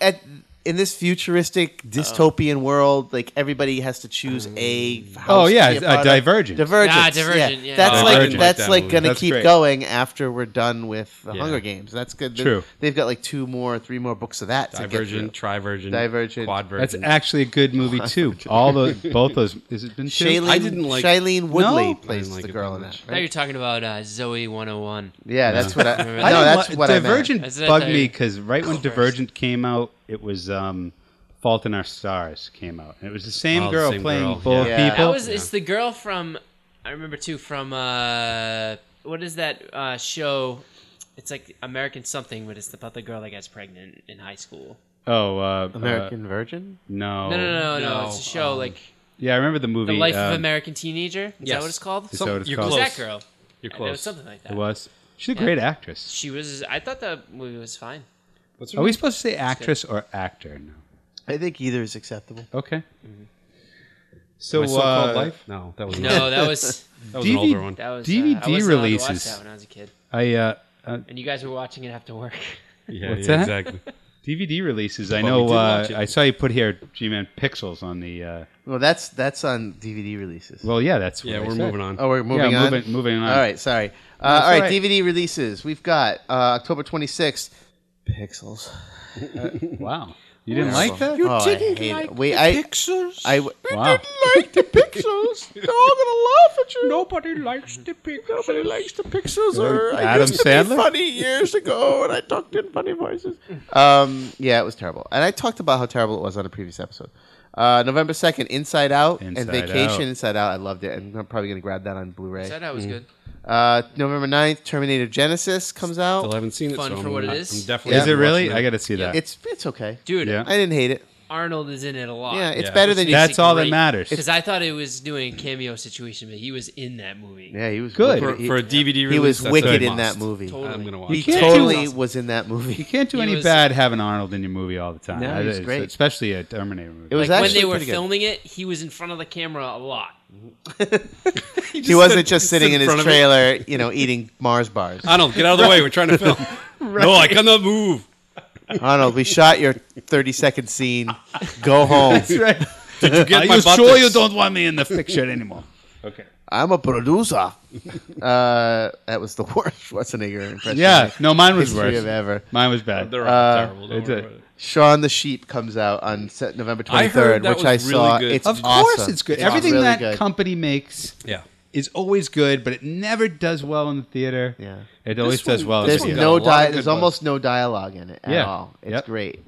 A: at in this futuristic
D: Oh.
A: dystopian world. Like everybody has to choose a. House
C: Oh, yeah,
A: to be a
C: uh,
A: part of.
C: Divergent.
A: Divergent.
D: Mm. Ah, Divergent, yeah.
A: That's
B: Oh, I
A: like
B: didn't like
A: that's
B: that
A: like
B: movie.
A: gonna
C: That's
A: keep
C: great.
A: going after we're done with the
B: Yeah.
A: Hunger Games. That's good. They-
C: True.
A: They've got like two more, three more books of that. to get
B: Divergent,
A: through.
B: Trivergent,
A: Divergent.
C: That's
B: Quadvergent.
C: actually a good movie too.
A: [laughs]
C: All those, both those. Has it been two?
A: Shailene,
B: I didn't like-
A: Shailene Woodley
C: No?
A: plays
B: I didn't like
A: the
B: it
A: girl
B: that
A: in that.
B: much.
D: Now you're talking about uh, Zoe 101.
A: Yeah, that's
D: [laughs]
A: what I.
D: Remember
A: no,
D: that?
C: didn't
A: that's
C: li-
A: what
C: Divergent
A: I meant.
D: That's what I uh,
C: bugged
D: thought
C: me
D: you-
C: because right when
D: Culver's.
C: Divergent came out, it was um, Fault in Our Stars came out, and it was the same
B: Oh, the
C: girl
B: same
C: playing
B: girl,
C: both
A: yeah. Yeah.
C: people.
D: That was it's the girl from I remember too from uh, what is that uh, show? It's like American something, but it's about the girl that gets pregnant in high school.
C: oh, uh, uh,
A: American Virgin.
C: Oh, no.
D: No, no, no, no.
B: no,
D: It's a show
B: um,
D: like
C: Yeah, I remember the movie.
D: The Life of
C: um,
D: American Teenager. Is that
B: yes.
D: what it's called?
C: Is that what it's
B: You're
C: called?
D: Who's
B: close.
D: that girl?
B: You're
D: I know,
B: close.
D: something like that.
C: It was. She's a
D: Yeah.
C: great actress.
D: She was. I thought that movie was fine.
B: What's
C: Are we supposed to say actress or actor? No.
A: I think either is acceptable.
C: Okay. So,
B: Mm-hmm. My so-called
C: uh,
B: life? No, that was
D: No, that was
B: that was an older
C: DVD
B: one.
D: that was uh,
C: DVD
D: I wasn't allowed to watch
C: releases.
D: that when I was a kid,
C: I uh, uh,
D: and you guys were watching it after work.
B: Yeah,
C: What's
B: yeah,
C: that?
B: exactly.
C: DVD releases. I
B: But
C: know.
B: we did
C: Uh,
B: watch it.
C: I saw you put here G-Man Pixels on the. Uh,
A: Well, that's that's on DVD releases.
C: well, yeah, that's. What
B: Yeah,
C: I
B: we're
C: said.
B: moving on.
A: oh, we're moving
C: yeah,
A: on.
C: Moving, moving on.
A: All right, sorry. Uh, all
C: Mm. all
A: right,
C: right.
A: DVD releases. We've got uh, October 26th. Pixels.
C: Wow. You didn't like that?
A: oh, I hate it. Wait, I,
B: pixels.
A: I w-
C: Wow.
B: like the [laughs] pixels. They're all gonna laugh at you. Nobody likes the pixels. Nobody likes the pixels.
C: Or I Adam used to be Sandler?
B: funny years ago, and I talked in funny voices.
A: Um, yeah, it was terrible. And I talked about how terrible it was on a previous episode. Uh, November 2nd, Inside Out and
C: Inside
A: Vacation
C: Out.
A: Inside Out. I loved it. And I'm probably going to grab that on Blu ray.
D: Said I was good.
A: Uh, November 9th, Terminator Genesis comes
B: Still
A: out.
B: haven't seen it.
D: Fun
B: so
D: for
B: I'm-
D: what it
B: I'm
D: is.
B: definitely
C: Is it
B: watching
C: really?
B: that.
C: I got to see that.
A: It's it's okay.
D: Dude,
C: Yeah.
A: I didn't hate it.
D: Arnold is in it a lot.
A: Yeah, it's
B: Yeah.
A: better than you.
C: That's all that
D: great.
C: matters.
D: Because I thought it was doing a cameo situation, but he was in that movie.
A: Yeah, he was
C: Good.
A: wicked.
B: for, for a DVD release.
A: He, he was
B: that's a
A: wicked in
B: must.
A: that movie.
D: Totally.
B: I'm gonna watch.
A: He
B: it.
C: can't do
A: totally
D: that.
A: was in that
C: You [laughs]
A: movie.
C: can't do
D: He
C: any
D: was-
C: bad having Arnold in your movie all the time.
A: No,
C: I-
A: he was
C: it's-
A: great.
C: Especially a Terminator movie.
A: It was
D: Like when
A: actually
D: they were
A: pretty good.
D: filming it, he was in front of the camera a lot.
A: He wasn't just
B: Sit
A: sitting in his
B: front of it.
A: trailer, you know, eating Mars bars.
B: Arnold, get out of
A: [laughs]
B: the way. We're trying to film. No, I cannot move.
A: Arnold, we shot your 30 second scene. Go home. [laughs]
C: right. Did you
B: get
C: Are
B: my
C: you
B: butt
C: sure
B: this?
C: you don't want me in the picture anymore? Okay.
A: I'm a producer. Uh, that was the [laughs] worst Schwarzenegger impression.
C: Yeah. No, mine
A: in the
C: was
A: history
C: worse.
A: of ever.
C: Mine was bad.
B: They're all
A: Uh,
B: terrible. Don't
C: it's
B: worry
C: a-
B: about it.
A: Shaun the Sheep comes out on se- November 23rd,
B: I heard that
A: which
B: was
A: I
B: really
A: saw.
B: good.
A: It's
C: Of course,
A: awesome.
C: it's good.
A: It's
C: Everything
A: really
C: that
A: good.
C: company makes
B: Yeah.
C: is always good, but it never does well in the theater.
A: Yeah.
C: It always
B: one-
C: does well.
A: There's
C: in the
B: one
C: theater.
A: no
B: got a lot of
A: di-
B: good
A: There's
B: ones.
A: almost no dialogue in it at
C: Yeah.
A: all. It's
C: Yep.
A: great.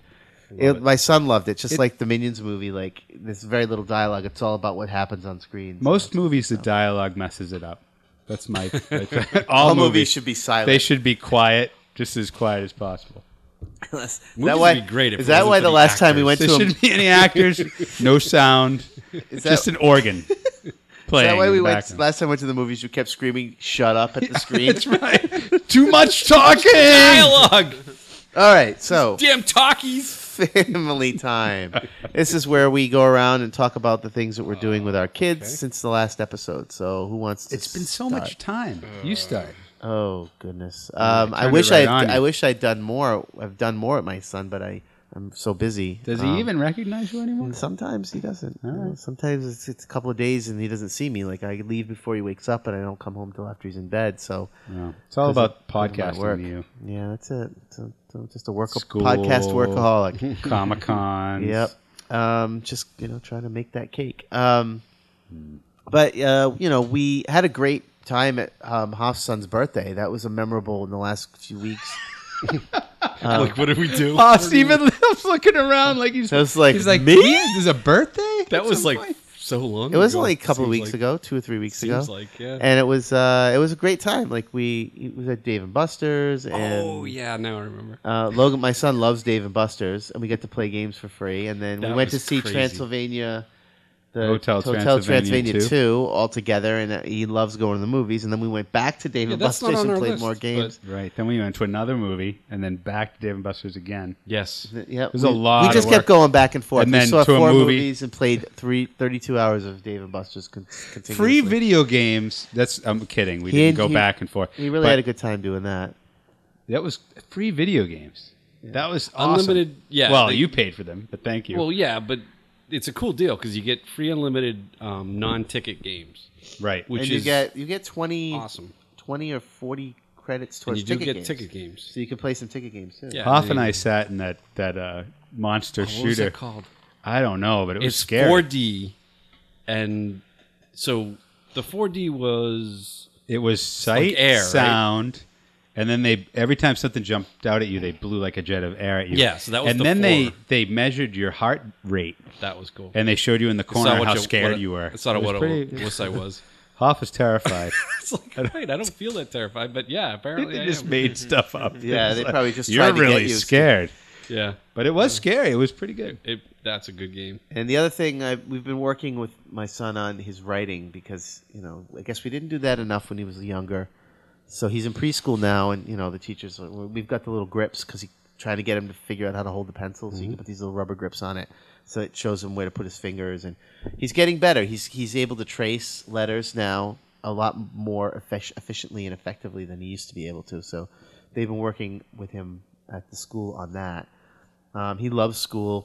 A: It- my son loved it, just
C: It-
A: like the Minions movie. Like there's very little dialogue. It's all about what happens on screen. So
C: Most movies, the dialogue messes it up.
A: [laughs]
C: That's my all,
A: all movies
C: movies.
A: should be silent. [laughs]
C: they should be quiet, just as quiet as possible.
A: Unless-
B: Movies
A: that
B: would
A: why,
B: be great if
A: is
B: it
A: that
B: wasn't
A: why
B: for
A: the
B: the
A: last time we
B: actors.
A: went
C: There
A: to a
C: shouldn't be
A: [laughs]
C: any actors, no sound,
A: Is
C: just
A: that-
C: an organ playing.
A: that way
C: in
A: we
C: the
A: went
C: background.
A: last time we went to the movies you kept screaming shut up at the screen
C: That's right. [laughs] Too much talking.
B: Dialogue.
A: all right so
B: [laughs] Damn talkies.
A: family time this is where we go around and talk about the things that we're doing with our kids since the last episode so who wants to
C: It's been so
A: start? Uh,
C: much time. You start.
A: oh goodness um, i
C: turned it
A: wish
C: right
A: i
C: on you.
A: i wish i'd done more i've done more at my son but i i'm so busy
C: Does
A: Um,
C: he even recognize you anymore?
A: Sometimes he doesn't. You know, Sometimes it's, it's a couple of days and he doesn't see me. Like I leave before he wakes up, and I don't come home till after he's in bed. So
C: No. It's all
A: 'Cause
C: about
A: of- 'cause of my work.
C: podcasting
A: [laughs]
C: you.
A: Yeah, that's it. So, so just a work
C: School,
A: podcast workaholic.
C: Comic Con.
A: yep. Um, just you know, trying to make that cake. Um, but uh, you know, we had a great time at um, Hoff's son's birthday. That was a memorable in the last few weeks. Uh,
B: like, what did we do?
C: Hoss even [laughs] lives looking around like he's
A: So it's like,
C: he's like
A: me?
C: "Yeah, There's a birthday.
B: That
C: at
B: was
C: some
B: like
C: point?"
B: so long.
A: It was
B: ago.
A: only a couple of
B: Seems
A: weeks
B: like-
A: ago, two or three weeks
B: Seems
A: ago.
B: like yeah.
A: and it was uh, it was a great time. Like we it was at Dave and Buster's, and
B: oh yeah, now I remember.
A: uh, Logan, my son loves Dave and Buster's, and we get to play games for free. And then we
B: That
A: went to
B: was
A: see
B: crazy.
A: Transylvania, the
C: Hotel Transylvania 2.
A: two all together, and uh, he loves going to the movies. And then we went back to Dave
B: Yeah,
A: and
B: that's not
A: Buster's
B: on
A: and
B: our
A: played
B: list,
A: more
B: but-
A: games.
C: Right. Then we went to another movie and then back to Dave and Buster's again.
B: Yes.
A: Yeah,
C: was a lot
A: We
C: of
A: just kept
C: work.
A: going back and forth.
C: And
A: we
C: then
A: saw
C: to a
A: four
C: movie.
A: movies and played three, 32 hours of Dave and Buster's con- continuously.
C: Free video games. That's I'm kidding. We
A: He
C: didn't
A: had-
C: go
A: he-
C: back and forth.
A: We really
C: But
A: had a good time doing that.
C: that was free video games. That was awesome.
B: Unlimited- yeah,
C: Well,
B: they-
C: you paid for them, but thank you.
B: Well, yeah, but it's a cool deal because you get free unlimited um, non-ticket games,
C: right.
B: which
A: and
B: is
A: you get you get 20,
B: awesome.
A: 20 or 40 credits
B: And
A: towards
B: you do
A: ticket
B: get
A: games.
B: ticket games.
A: So you can play some ticket games too.
B: Yeah.
C: Hoff
B: they-
C: and I sat in that that uh, monster
B: What was
C: shooter.
B: that called?
C: I don't know, but it was
B: it's
C: scary.
B: 4D, and so the 4D was
C: It was sight,
B: like air, right?
C: sound, and then they every time something jumped out at you, they blew like a jet of air at you.
B: Yeah, so that was
C: and
B: the
C: then they
B: four.
C: they measured your heart rate,
B: that was cool.
C: and they showed you in the
B: It's not
C: corner
B: what
C: how
B: you-
C: scared
B: what-
C: you were.
B: It's not
C: It was
B: what [laughs]
C: pretty-
B: I was. I was.
C: Hoff
B: [laughs]
C: was terrified.
B: It's like wait, I don't feel that terrified, but Oh, yeah, apparently
C: they
B: I
C: just
B: am. [laughs]
C: made stuff up.
A: Yeah,
C: It was
A: they probably just
C: you're
A: tried to get
C: really
A: you."
C: scared.
B: yeah.
C: But it was scary. It was pretty good.
B: It, that's a good game.
A: And the other thing, I, we've been working with my son on his writing because, you know, I guess we didn't do that enough when he was younger. So he's in preschool now, and, you know, the teachers, we've got the little grips because he trying to get him to figure out how to hold the pencil. So you can put these little rubber grips on it. So it shows him where to put his fingers. And he's getting better. He's, he's able to trace letters now a lot more effic- efficiently and effectively than he used to be able to. So they've been working with him at the school on that Um, he loves school.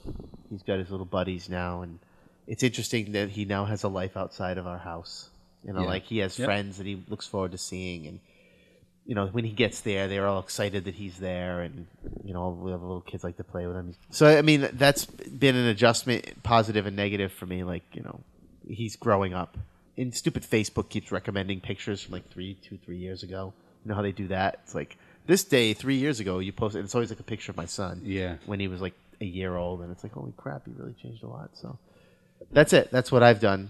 A: He's got his little buddies now, and it's interesting that he now has a life outside of our house. You know,
C: Yeah.
A: like he has
C: Yep.
A: friends that he looks forward to seeing, and you know, when he gets there, they're all excited that he's there, and you know, all the other little kids like to play with him. So, I mean, that's been an adjustment, positive and negative for me. Like, you know, he's growing up. And stupid Facebook keeps recommending pictures from like three, two, three years ago. You know how they do that? It's like this day three years ago, you posted. It's always like a picture of my son.
C: Yeah.
A: When he was like a year old, and it's like, holy crap, he really changed a lot. So, that's it. That's what I've done.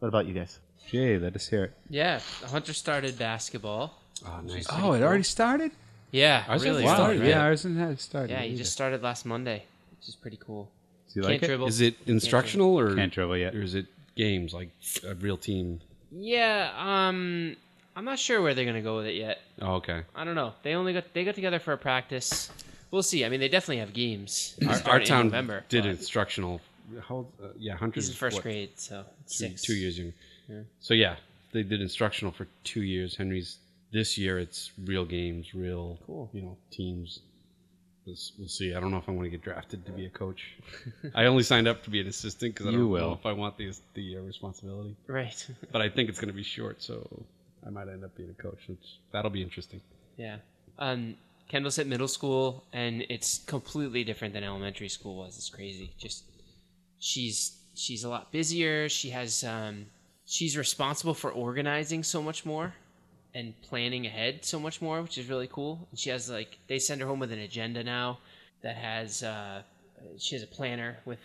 A: What about you guys?
C: Jay, let us hear it.
D: Yeah, Hunter started basketball.
B: Oh, nice.
C: Oh, it already started?
D: Yeah,
B: Ours hasn't
D: really. early,
B: started
D: right?
B: yet.
C: Yeah, ours didn't have started.
D: Yeah, he
C: either.
D: just started last Monday, which is pretty cool.
C: Do you
D: Can't
C: like it?
D: dribble.
B: Is it instructional or
C: Can't dribble yet.
B: or is it games like a real team?
D: Yeah, um, I'm not sure where they're gonna go with it yet.
B: Oh, okay.
D: I don't know. They only got they got together for a practice. We'll see. I mean, they definitely have games.
B: Our, our
D: starting in
B: town
D: November
B: did
D: but
B: instructional. How old, uh, yeah, Hunter's
D: He's in first
B: what,
D: grade, so
B: Two,
D: six.
B: two years younger. So yeah, they did instructional for two years. Henry's this year. It's real games, real
D: Cool.
B: you know teams. We'll s- we'll see. I don't know if I want to get drafted to be a coach. I only signed up to be an assistant because I
C: You
B: don't
C: will.
B: know if I want the the uh, responsibility.
D: Right. [laughs]
B: But I think it's going to be short, so I might end up being a coach. Which, that'll be interesting.
D: Yeah. Um, Kendall's at middle school, and it's completely different than elementary school was. It's crazy. Just she's she's a lot busier. She has um, she's responsible for organizing so much more and planning ahead so much more, which is really cool. And she has like they send her home with an agenda now that has uh, she has a planner with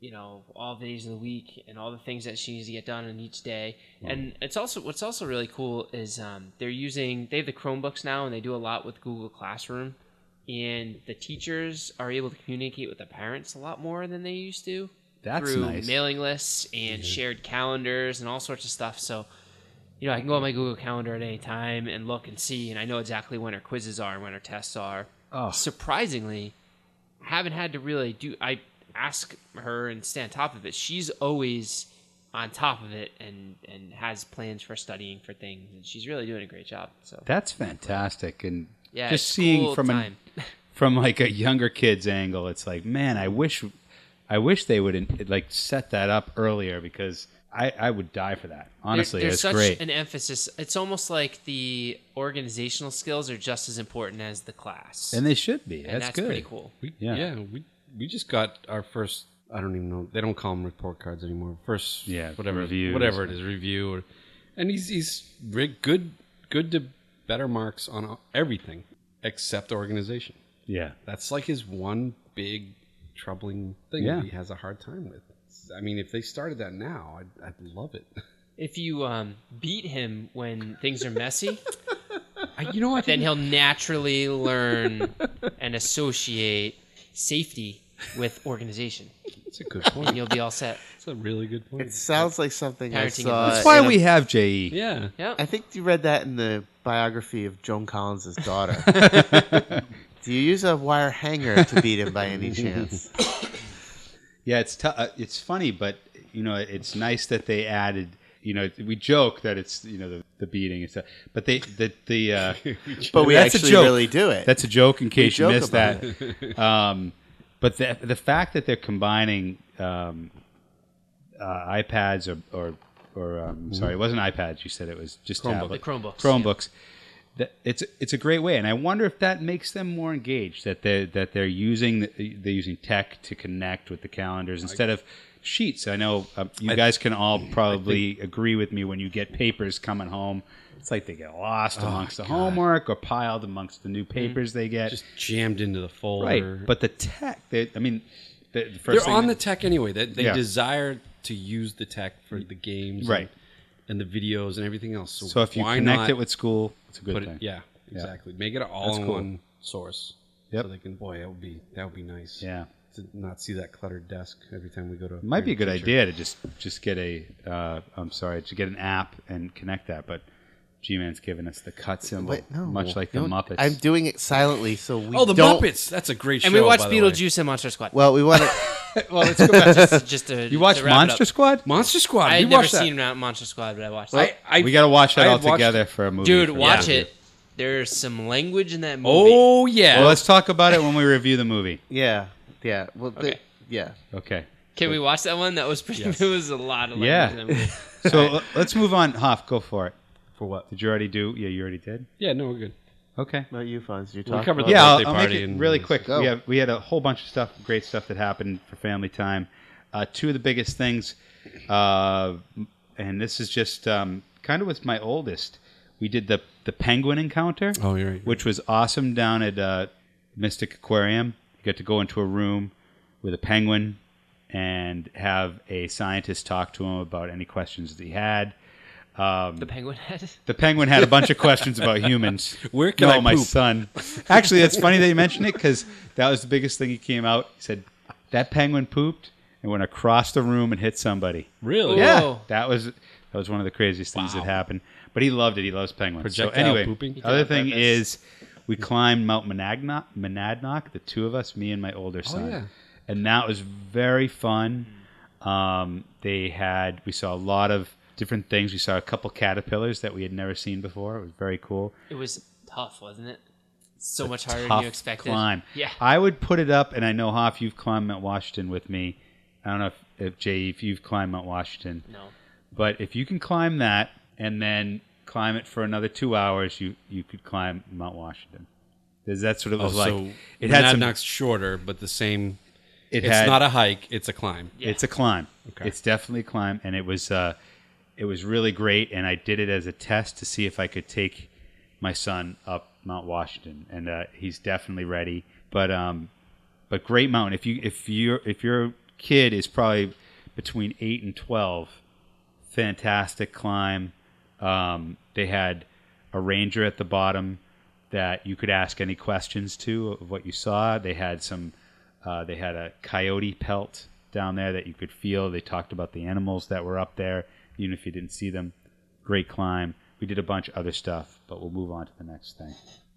D: you know all the days of the week and all the things that she needs to get done on each day and it's also what's also really cool is um, they're using they have the chromebooks now and they do a lot with google classroom and the teachers are able to communicate with the parents a lot more than they used to
C: That's
D: through
C: nice.
D: mailing lists and shared calendars and all sorts of stuff so you know i can go on my google calendar at any time and look and see and i know exactly when her quizzes are and when her tests are
C: Oh.
D: surprisingly haven't had to really do i ask her and stay on top of it she's always on top of it and and has plans for studying for things and she's really doing a great job so
C: That's fantastic, and
D: yeah
C: just
D: it's
C: seeing
D: cool
C: from
D: time.
C: an [laughs] from like a younger kid's angle, it's like, man, I wish, I wish they would in- like set that up earlier because I I would die for that.
D: There-
C: Honestly,
D: there's
C: it's
D: such
C: great.
D: an emphasis it's almost like the organizational skills are just as important as the class
C: and they should be. That's,
D: And
C: good.
D: pretty cool
B: We,
C: Yeah.
B: yeah. we we just got our first. I don't even know. They don't call them report cards anymore. First,
C: Yeah,
B: whatever,
C: reviews.
B: whatever it is, review. Or, and he's he's re- good, good to better marks on everything except organization.
C: Yeah,
B: That's like his one big troubling thing
C: Yeah.
B: that he has a hard time with. I mean, if they started that now, I'd, I'd love it. [laughs]
D: if you um, beat him when things are messy
B: I, [laughs] you know, I
D: then
B: didn't-
D: he'll naturally learn and associate safety with organization.
B: That's a [laughs] good
D: And
B: point.
D: you'll be all set.
B: That's a really good point.
A: It sounds like something I
D: Parenting
A: saw.
C: that's
D: advice. That's
C: why
A: in a-
C: we have JE.
B: yeah,
A: I
D: Yep.
A: think you read that in the biography of Joan Collins'
C: [laughs]
A: daughter. Do you use a wire hanger to beat him by any
C: [laughs]
A: chance?
C: Yeah, it's tou- uh, it's funny, but you know, it's nice that they added. You know, we joke that it's you know the, the beating and stuff, but they the the uh,
A: [laughs] But we
C: That's a
A: actually
C: joke.
A: really do it.
C: that's a joke in case you
A: joke
C: missed
A: about
C: that. [laughs] Um, but the the fact that they're combining um, uh, iPads or or, or um,
A: Mm-hmm.
C: sorry, it wasn't iPads. You said it was just
B: Chromebook.
D: The
C: tablet,
D: Chromebooks.
C: Chromebooks. That it's it's a great way, and I wonder if that makes them more engaged. That they that they're using they're using tech to connect with the calendars instead of sheets. I know um, you guys can all probably agree with me when you get papers coming home. It's like they get lost
A: Ah,
C: amongst the homework or piled amongst the new papers they get.
B: just jammed into the folder.
C: Right, but the tech. They, I mean, the, the 1st
B: they're
C: thing
B: on the
C: that-
B: tech anyway. They, they
C: Yeah.
B: desire to use the tech for the games,
C: Right.
B: and, and the videos and everything else. So,
C: so if you
B: why
C: connect
B: not
C: it with school, it's a good
B: put
C: thing.
B: it, yeah, exactly. Make it all
C: That's
B: in
C: cool.
B: one source.
C: Yep.
B: So they can, boy, that would be that would be nice.
C: Yeah.
B: To not see that cluttered desk every time we go to.
C: It might be a good idea to just just get a. Uh, I'm sorry, to get an app and connect that. But G-Man's giving us the cut symbol,
A: Wait, no.
C: much like the
A: No,
C: Muppets.
A: I'm doing it silently, so we
B: Oh, the
A: don't.
B: Muppets! That's a great show.
D: And we watched
B: by the way.
D: Beetlejuice and Monster Squad.
A: Well, we
B: [laughs]
A: want to.
C: well, let's go back.
D: just, just to,
C: you watch
D: to wrap it
C: Monster
D: up.
C: Squad?
B: Monster Squad.
D: I
B: we
D: had never
B: watched that.
D: seen Mon- Monster Squad, but I watched
B: I-
D: it.
B: I-
C: we got to watch that
B: I
C: all
B: watched
C: together
B: it.
C: for a movie.
D: Dude,
C: for
D: watch
C: you.
D: it. There's some language in that movie.
B: Oh yeah.
C: Well, let's talk about it when we review the movie.
A: Yeah. Yeah. Well, they-
D: Okay.
A: yeah.
C: Okay.
D: Can we watch that one? That was pretty. [laughs] It was a lot of language.
C: Yeah.
D: in that movie.
C: So l- let's move on. Hoff, go for it. For what? Did you already do? Yeah, you already did.
B: Yeah, no, we're good.
C: Okay.
A: Not you, Fonz. You
B: We
A: talk.
B: covered
A: about-
B: the-
C: yeah, I'll,
B: birthday
C: I'll make
B: party
C: it
B: and-
C: really quick.
A: Go.
C: We have we had a whole bunch of stuff, great stuff that happened for family time. Uh, two of the biggest things, uh, and this is just um, kind of with my oldest. We did the the penguin encounter.
B: Oh, you're right.
C: which was awesome down at uh, Mystic Aquarium. You got to go into a room with a penguin and have a scientist talk to him about any questions that he had.
D: The Penguin Head. [laughs]
C: The penguin had a bunch of questions about humans.
B: [laughs] Where can
C: no,
B: I
C: my
B: poop?
C: son. Actually, that's funny that you mentioned it because that was the biggest thing he came out. He said that penguin pooped and went across the room and hit somebody.
B: Really?
C: Yeah,
D: Whoa.
C: that was that was one of the craziest things that
B: Wow.
C: happened. But he loved it. He loves penguins. so
B: Projectile
C: anyway,
B: pooping? He did
C: other
D: on
C: thing
D: purpose.
C: is we climbed Mount Monadnock, Monadnock, the two of us, me and my older son,
B: Oh, yeah.
C: and that was very fun. Um, they had we saw a lot of different things. We saw a couple caterpillars that we had never seen before. It was very cool.
D: It was tough, wasn't it? So much harder than
C: Tough
D: you expected.
C: climb.
D: Yeah.
C: I would put it up, and I know Hoff, you've climbed Mount Washington with me. I don't know if, if Jay, if you've climbed Mount Washington.
D: no.
C: But if you can climb that and then climb it for another two hours, you you could climb Mount Washington. Is that's what it was
B: Also,
C: like? It had some.
B: Monadnock's shorter, but the same.
C: It
B: it's
C: had,
B: not a hike; it's a climb.
C: It's a climb.
B: Okay.
C: It's definitely a climb, and it was uh, it was really great. And I did it as a test to see if I could take my son up Mount Washington, and uh, he's definitely ready. But um, but great mountain. If you if your if your kid is probably between eight and twelve, fantastic climb. Um, they had a ranger at the bottom that you could ask any questions to of what you saw. They had some. Uh, they had a coyote pelt down there that you could feel. They talked about the animals that were up there, even if you didn't see them. Great climb. We did a bunch of other stuff, but we'll move on to the next thing.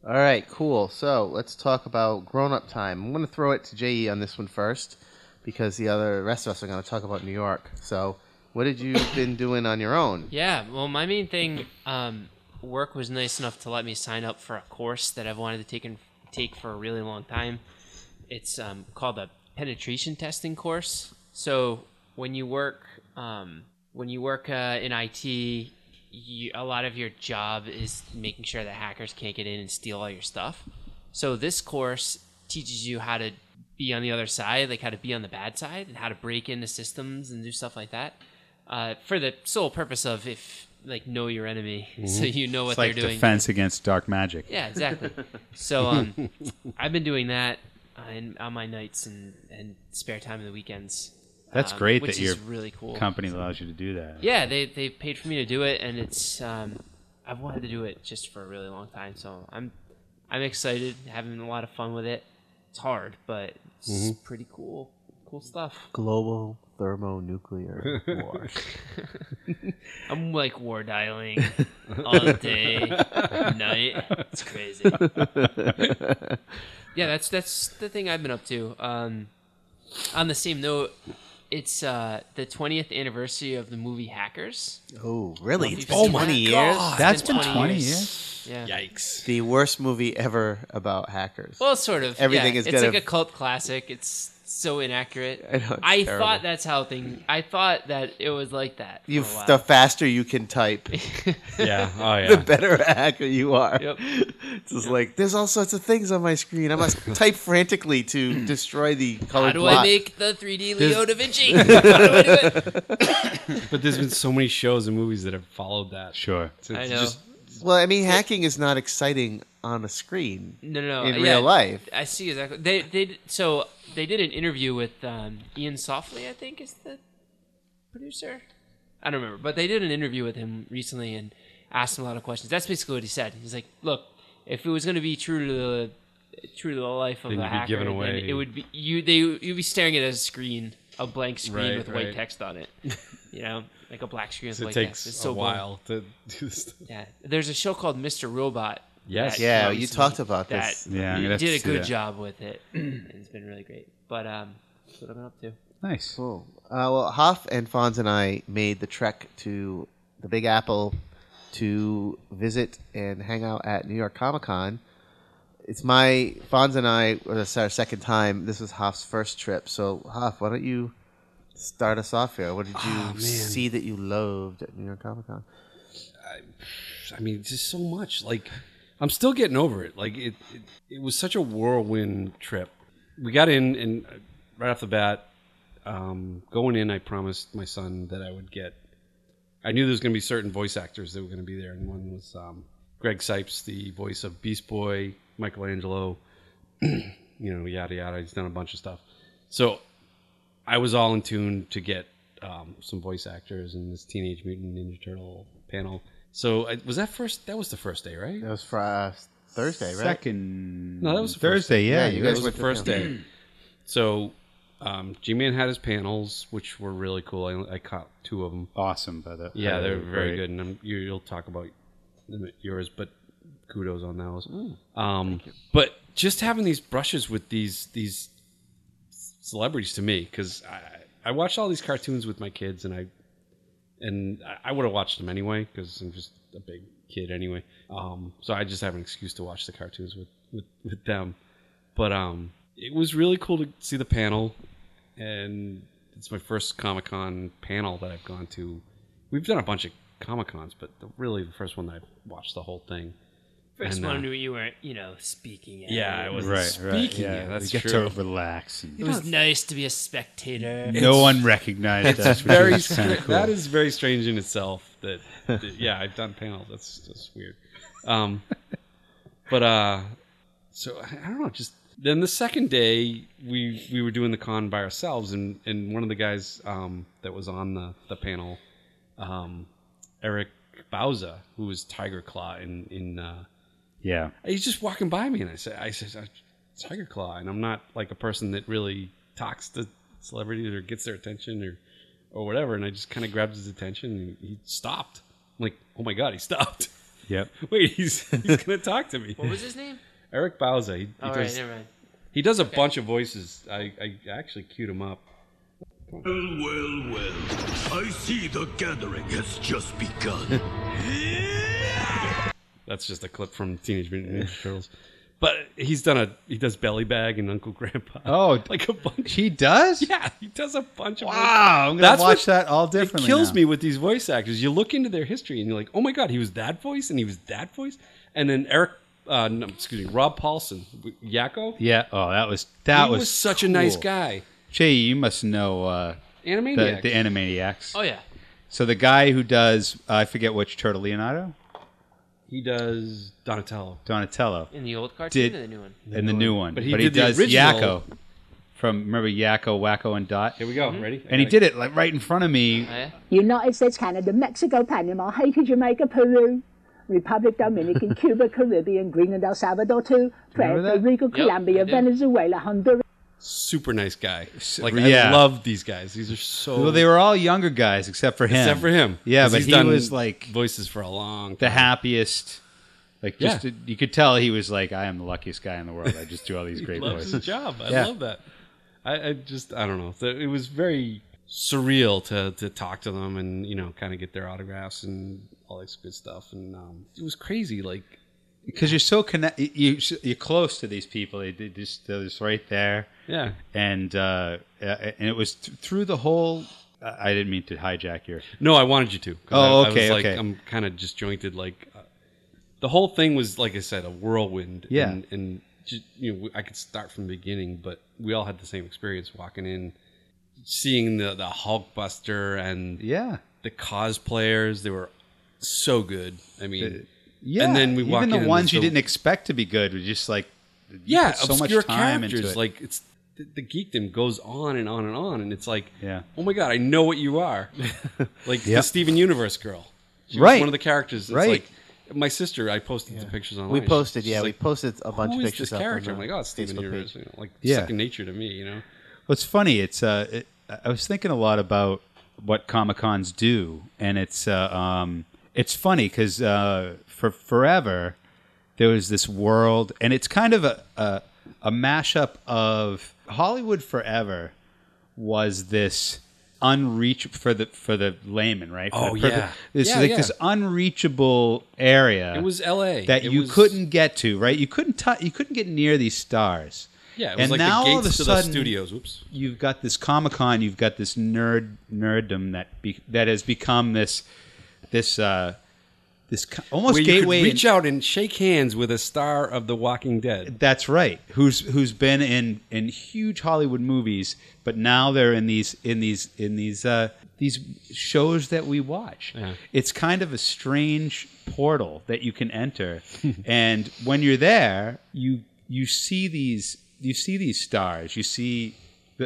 A: All right, cool. So let's talk about grown-up time. I'm going to throw it to Je on this one first, because the other rest of us are going to talk about New York. So, what did you been doing on your own?
D: Yeah. Well, my main thing, um, work was nice enough to let me sign up for a course that I've wanted to take and take for a really long time. It's um, called a penetration testing course. So when you work, um, when you work uh, in IT, you, a lot of your job is making sure that hackers can't get in and steal all your stuff. So this course teaches you how to be on the other side, like how to be on the bad side, and how to break into systems and do stuff like that. Uh, for the sole purpose of if like know your enemy, [laughs] so you know
C: Mm-hmm.
D: what
C: It's like
D: they're doing.
C: defense against dark magic. [laughs]
D: Yeah, exactly. so um, I've been doing that uh, in, on my nights and, and spare time in the weekends.
C: That's
D: um,
C: great
D: which
C: that your
D: is really cool.
C: Company allows you to do that.
D: Yeah, they they paid for me to do it, and it's um, I've wanted to do it just for a really long time. So I'm I'm excited, having a lot of fun with it. It's hard, but it's
C: Mm-hmm.
D: pretty cool. Cool stuff.
A: Global thermonuclear
D: [laughs]
A: war.
D: I'm like war dialing
A: [laughs]
D: all day, night. It's crazy. yeah, that's that's the thing I've been up to. Um, on the same note, it's uh, the 20th anniversary of the movie Hackers.
A: oh, really? It's been
D: Oh
A: 20
D: my
A: years.
C: That's
D: It's been
C: been
D: 20
C: 20
D: years.
C: years.
D: Yeah.
B: Yikes!
A: The worst movie ever about hackers.
D: Well, sort of.
A: Everything
D: yeah.
A: is
D: It's
A: gonna-
D: like a cult classic. It's so inaccurate.
A: [laughs] I know, it's terrible.
D: thought that's how things. I thought that it was like that. for a
A: you,
D: while.
A: the faster you can type,
B: Yeah. [laughs] Oh
A: the
B: yeah.
A: better a hacker you are.
D: Yep.
A: It's just like there's all sorts of things on my screen. I
D: [laughs]
A: must type frantically to destroy the colored
D: How do
A: block.
D: I make the 3D Leo
B: [laughs]
D: da Vinci? How do I do it?
B: but there's been so many shows and movies that have followed that.
C: Sure.
B: So
D: I
B: it's
D: know.
B: just-
A: Well, I mean, hacking is not exciting on a screen
D: no, no, no.
A: in
D: yeah,
A: real life.
D: I see exactly. They they did- so they did an interview with um, Ian Softly, I think is the producer. I don't remember, but they did an interview with him recently and asked him a lot of questions. That's basically what he said. He's like, "Look, if it was going to be true to the true to the life of
B: Then
D: a
B: you'd be
D: hacker,
B: given
D: then
B: away-
D: it would be you. They you'd be staring at a screen, a blank screen
B: Right,
D: with
B: right.
D: white text
B: [laughs]
D: on it. you know, like a black screen with
B: it
D: white
B: takes
D: text. It's so
B: a
D: boring.
B: while to do this. stuff.
D: Yeah, there's a show called Mr. Robot.
B: Yes.
D: that
A: Yeah,
D: came out
A: you
D: recently
A: talked about
D: that
A: this.
C: Yeah, I'm
D: you
C: gonna have to
D: did a
C: see
D: good
C: that.
D: job with it. [clears throat] and it's been really great. But um, that's what I've been up to.
C: Nice.
A: Cool. Uh, well, Hoff and Fonz and I made the trek to the Big Apple to visit and hang out at New York Comic Con it's my Fonz and I. Or this is our second time. This was Hoff's first trip. So Hoff, why don't you start us off here? What did you
B: Ah,
A: see that you loved at New York Comic Con?
B: I mean, it's just so much. Like, I'm still getting over it. Like, it, it, it was such a whirlwind trip. We got in, and uh, right off the bat, um, going in, I promised my son that I would get. I knew there was going to be certain voice actors that were going to be there, and one was um, Greg Sipes, the voice of Beast Boy, Michelangelo, [clears throat] you know, yada yada. He's done a bunch of stuff. So I was all in tune to get um, some voice actors in this Teenage Mutant Ninja Turtle panel. So I, was that first? That was the first day, right?
A: That was for uh, Thursday, right?
C: Second.
B: No, that was the first
C: Thursday. Yeah,
A: Yeah,
C: you
A: you
B: That
C: guys.
A: guys-
B: was the
A: went to
B: first
A: town.
B: day. So um, G-Man had his panels, which were really cool. I, I caught two of them.
C: Awesome, by the
B: Yeah, they're
C: by the
B: very
C: way.
B: good, and I'm, you, you'll talk about them at yours, but kudos on those. um, but just having these brushes with these these celebrities to me, because I I watched all these cartoons with my kids, and I and I- I would have watched them anyway because I'm just a big kid anyway. Um, so I just have an excuse to watch the cartoons with with, with them. But um, it was really cool to see the panel, and it's my first Comic Con panel that I've gone to. We've done a bunch of Comic Cons, but the, really the first one that I watched the whole thing.
D: First
B: And, uh,
D: one where you weren't, you know, speaking. At
B: Yeah, I
D: it.
B: wasn't
C: Right,
B: speaking.
C: right. Yeah,
B: yet, that's
C: you get
B: true.
C: to relax. And
D: It was nice to be a spectator.
C: no one recognized us. which [laughs]
B: very
C: is kinda
B: str-
C: cool.
B: that is very strange in itself that,
C: [laughs]
B: that- yeah i've done panels that's just weird um but uh so i I don't know just then the second day we we were doing the con by ourselves and and one of the guys um that was on the the panel um eric bauza who was tiger claw in in uh
C: yeah.
B: he's just walking by me, and I said, I said, Tiger Claw, and I'm not like a person that really talks to celebrities or gets their attention or, or whatever. And I just kind of grabbed his attention, and he stopped. I'm like, oh my god, he stopped. [laughs]
C: Yep.
B: Wait, he's he's gonna talk to me.
D: What was his name?
B: Eric Bauza. He, he
D: All Oh, right,
B: does
D: never mind.
B: he does a bunch of voices. I I actually queued him up.
E: Well, well, well. I see the gathering has just begun.
B: That's just a clip from Teenage Mutant Ninja Turtles. But he's done a he does Belly Bag and Uncle Grandpa.
C: Oh,
B: [laughs] like a bunch.
C: He does.
B: Yeah, he does a bunch of
C: Wow, I'm gonna
B: That's
C: watch
B: what-
C: that all
B: it
C: differently.
B: kills
C: now.
B: me with these voice actors. You look into their history and you're like, oh my god, he was that voice and he was that voice, and then Eric, uh, no, excuse me, Rob Paulson, w- Yakko.
C: Yeah. Oh, that was that
B: he was, such a nice guy.
C: Jay, you must know uh, the,
B: Animaniacs.
C: the Animaniacs.
D: Oh yeah,
C: So the guy who does I forget which turtle, Leonardo,
B: he does Donatello.
C: Donatello,
D: in the old cartoon
C: Did-
D: or the new one?
C: and the new one.
B: But he did the
C: does
B: original-
C: Yakko from remember Yakko, Wacko, and Dot.
B: Here we go. Ready?
C: Mm-hmm. And he did it like right in front of me.
D: Oh, yeah?
F: United States, Canada, Mexico, Panama, Haiti, Jamaica, Peru,
D: [laughs]
F: Republic Dominican, Cuba, Caribbean, Greenland, El Salvador, too, Puerto
C: that?
F: Rico,
D: I
F: Colombia,
D: do.
F: Venezuela, Honduras.
B: Super nice guy. Like I
C: yeah.
B: love these guys. These are so.
C: Well, they were all younger guys except for him.
B: except for him.
C: Yeah,
B: 'Cause
C: but
B: he's
C: he
B: done
C: was like
B: voices for a long.
C: the
B: time.
C: happiest. Like just
B: Yeah.
C: you could tell he was like, I am the luckiest guy in the world. I just do all these great
B: loves
C: voices.
B: his job. I
C: Yeah.
B: love that. I, I just I don't know. So It was very surreal to to talk to them and you know kind of get their autographs and all this good stuff. And um, it was crazy. Like
C: because you're so connect you you're close to these people they, they just they're just right there
B: yeah,
C: and uh and it was th- through the whole i I didn't mean to hijack your
B: no, I wanted you to. 'cause
C: Oh,
B: I, I
C: okay,
B: was like
C: okay.
B: I'm kind of disjointed. Like uh, the whole thing was like I said a whirlwind.
C: Yeah.
B: and, and ju- you know I could start from the beginning, but we all had the same experience walking in. Seeing the the Hulkbuster and
C: yeah
B: the cosplayers, they were so good. I mean,
C: yeah
B: And then we walk
C: even the
B: in and
C: ones you
B: so-
C: didn't expect to be good were just like you
B: yeah,
C: put so much
B: obscure
C: time
B: characters.
C: into it
B: Like it's the, the geekdom goes on and on and on, and it's like,
C: Yeah.
B: oh my god, I know what you
C: [laughs]
B: are. like the
C: Yep.
B: Steven Universe girl, she
C: Right.
B: Was one of the characters. It's
C: Right.
B: Like my sister, I posted the pictures online.
A: We
B: She-
A: posted,
B: she's
A: yeah, we
B: like,
A: posted a bunch
B: Who
A: of
B: is
A: pictures.
B: this
A: up on
B: character?
A: the
B: I'm like, oh, it's Steven
A: Facebook page.
B: Universe. You know, like
C: Yeah.
B: second nature to me, you know.
C: What's funny, it's uh, it, I was thinking a lot about what Comic Cons do, and it's uh, um, it's funny because uh, for forever there was this world, and it's kind of a, a a mashup of Hollywood forever was this unreach for the for the layman, right? For
B: Oh,
C: the perfect-
B: yeah.
C: This
B: Yeah,
C: is like
B: yeah.
C: this unreachable area.
B: It was LA.
C: that
B: It
C: you
B: was-
C: couldn't get to, right? You couldn't tou you couldn't get near these stars.
B: Yeah, it was
C: and
B: like
C: now
B: the
C: all of a
B: gates to the
C: sudden,
B: studios. Whoops.
C: you've got this Comic Con, you've got this nerd nerddom that be, that has become this this uh, this co- almost
B: Where you could
C: gateway.
B: reach out and shake hands with a star of The Walking Dead.
C: That's right. Who's who's been in in huge Hollywood movies, but now they're in these in these in these uh, these shows that we watch.
B: Yeah.
C: It's kind of a strange portal that you can
B: [laughs]
C: enter, and when you're there, you you see these you see these stars. You see,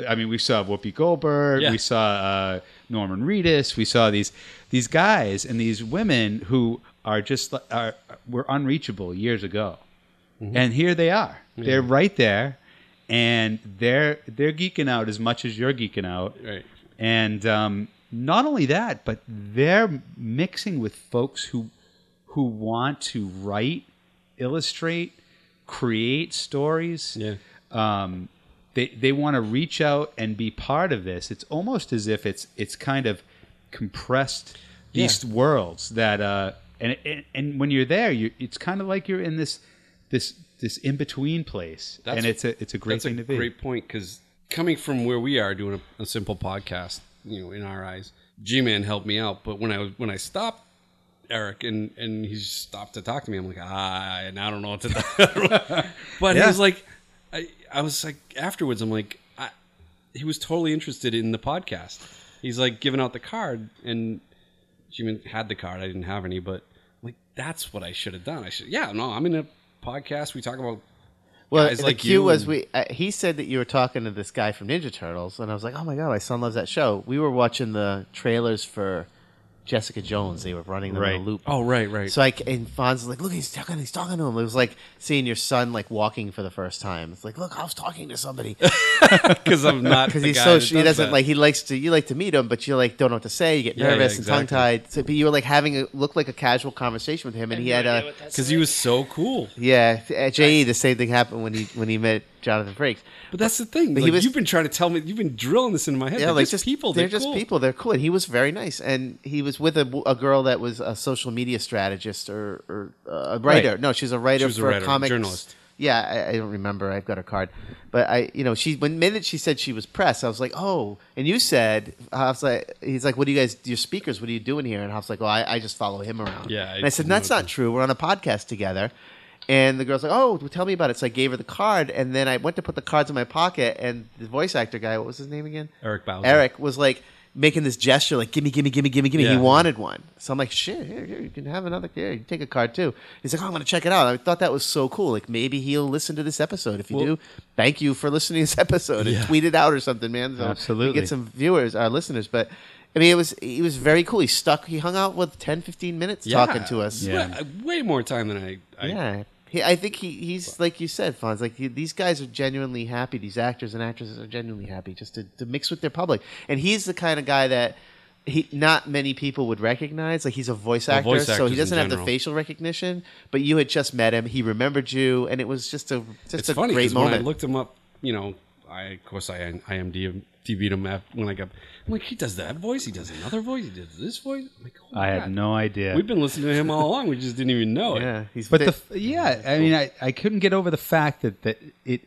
C: I mean, we saw Whoopi Goldberg.
B: Yeah.
C: We saw uh, Norman Reedus. We saw these these guys and these women who are just li- are were unreachable years ago
B: Mm-hmm.
C: and here they are. They're right there, and they're they're geeking out as much as you're geeking out.
B: Right.
C: And um, not only that, but they're mixing with folks who who want to write, illustrate, create stories.
B: Yeah.
C: Um, they they want to reach out and be part of this. It's almost as if it's it's kind of compressed these worlds that uh and, and and when you're there, you it's kind of like you're in this this this in between place,
B: That's-
C: and it's a it's a great
B: That's
C: thing
B: a
C: to be.
B: great point because coming from where we are doing a, a simple podcast, you know, in our eyes, G-Man helped me out. But when I was when I stopped Eric and and he stopped to talk to me, I'm like, ah, and I don't know what to. [laughs] do. but he
C: Yeah.
B: was like, I I was like afterwards, I'm like, I, he was totally interested in the podcast. He's like giving out the card and Jimmy had the card. I didn't have any, but like that's what I should have done. I should, yeah, no, I'm in a podcast. We talk about
A: Well,
B: guys
A: the
B: like
A: cue
B: you
A: was
B: and-
A: we. Uh, he said that you were talking to this guy from Ninja Turtles, and I was like, "Oh my god, my son loves that show." We were watching the trailers for Jessica Jones. They were running them
C: Right.
A: in a loop.
B: oh right right
A: So I c- and Fonz was like, "Look, he's talking. He's talking to him." It was like seeing your son like walking for the first time. It's like, "Look, I was talking to
B: [laughs]
A: somebody."
B: because [laughs] I'm not
A: because
B: the
A: he's
B: guy
A: so
B: that
A: he doesn't
B: that.
A: like he likes to you like to meet him, but you like don't know what to say. You get
B: Yeah, yeah,
A: nervous
B: exactly.
A: and tongue tied. So, but you were like having a look like a casual conversation with him, and he had a [laughs]
B: because he was so cool.
A: yeah. At JE, the same thing happened when he when he met Jonathan Frakes.
B: But that's the thing.
A: But he
B: like,
A: was-
B: you've been trying to tell me. You've been drilling this into my head.
A: Yeah,
B: they're
A: like
B: just, people.
A: They're,
B: They're,
A: just
B: cool.
A: people. They're cool. And he was very nice, and he was with a, a girl that was a social media strategist or, or uh, a writer.
C: Right.
A: No, she's a writer
B: was a
A: for
B: writer,
A: comics.
B: journalist.
A: Yeah, I, I don't remember. I've got her card, but I, you know, she when minute she said she was press, I was like, oh. And you said, I was like, he's like, what do you guys, your speakers, what are you doing here? And I was like, well, I, I just follow him around.
B: Yeah, I
A: and I said, that's not true. We're on a podcast together. And the girl's like, "Oh, well, tell me about it." So I gave her the card, and then I went to put the cards in my pocket, and the voice actor guy, what was his name again?
B: Eric Bowser.
A: Eric was like making this gesture, like "gimme, gimme, gimme, gimme, gimme." He
B: Yeah.
A: wanted one, so I'm like, "Shit, here, here, you can have another. Here, you take a card too." He's like, "Oh, I'm gonna check it out." I thought that was so cool. Like maybe he'll listen to this episode. If you do, thank you for listening to this [laughs] episode and tweet it out or something, man. So we
C: Absolutely.
A: get some viewers, our listeners, but. I mean, it was he was very cool. He stuck. He hung out with 10, 15 minutes
B: Yeah.
A: talking to us.
B: Yeah. Way, way more time than I. I
A: Yeah. He, I think he, he's like you said, Fonz. Like he, these guys are genuinely happy. These actors and actresses are genuinely happy just to, to mix with their public. And he's the kind of guy that he not many people would recognize. Like he's a voice actor,
B: voice
A: so
B: actors
A: he
B: in
A: doesn't have the
B: general.
A: facial recognition. But you had just met him. He remembered you, and it was just a just
B: It's
A: a
B: funny
A: great
B: because when I
A: moment.
B: looked him up, you know, I of course I IMD DB'd him af- when I got. I'm like, he does that voice. He does another voice. He does this voice. I'm like, oh my
C: I
B: God.
C: had no idea.
B: We've been listening to him all along. We just didn't even know it.
A: yeah, he's
C: but
A: thi-
C: the f- yeah, I mean, I, I couldn't get over the fact that that it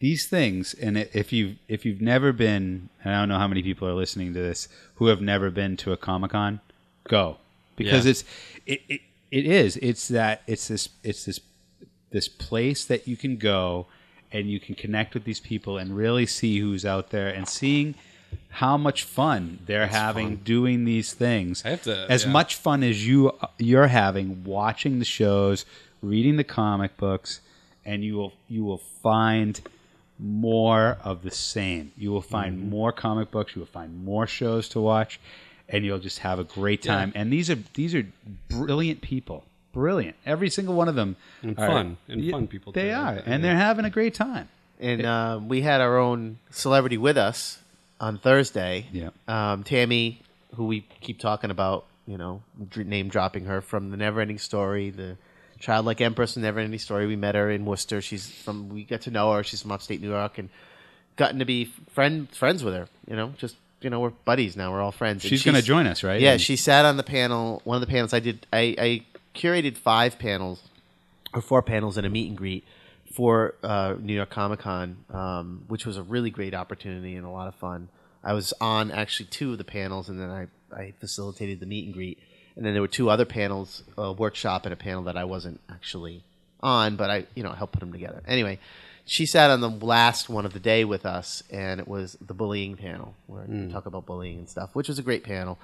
C: these things, and i- if you if you've never been, and I don't know how many people are listening to this who have never been to a comic con, go because
B: Yeah.
C: it's it, it it is it's that it's this it's this this place that you can go and you can connect with these people and really see who's out there and seeing how much fun they're having doing these things
B: I have to-
C: as
B: yeah.
C: much fun as you you're having watching the shows reading the comic books and you will you will find more of the same you will find
B: Mm-hmm.
C: more comic books you will find more shows to watch and you'll just have a great time and these are these are brilliant people brilliant every single one of them and
B: fun. And fun people, uh, too.
C: they are
B: Yeah.
C: and they're having a great time
A: and um, we had our own celebrity with us on Thursday.
C: Yeah.
A: Um, Tammy, who we keep talking about, you know, dr- name dropping her from the Neverending Story, the childlike empress in Neverending Story. We met her in Worcester. She's from. We got to know her. She's from upstate New York, and gotten to be friend friends with her. You know, just you know we're buddies now. We're all friends. And
C: She's gonna join us, right?
A: Yeah,
C: And-
A: she sat on the panel. One of the panels I did, I, I curated five panels or four panels and a meet and greet for uh, New York Comic Con, um, which was a really great opportunity and a lot of fun. I was on actually two of the panels, and then I, I facilitated the meet and greet. And then there were two other panels, a workshop and a panel that I wasn't actually on, but I you know helped put them together. Anyway, she sat on the last one of the day with us, and it was the bullying panel where
C: Hmm.
A: we talk about bullying and stuff, which was a great panel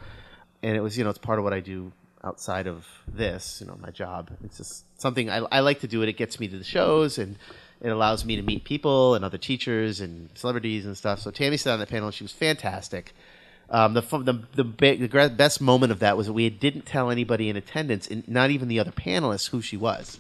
A: and it was you know it's part of what I do outside of this you know my job it's just something I, I like to do it it gets me to the shows and it allows me to meet people and other teachers and celebrities and stuff so Tammy sat on the panel and she was fantastic um, the, fu- the the big, the gra- best moment of that was that we didn't tell anybody in attendance and not even the other panelists who she was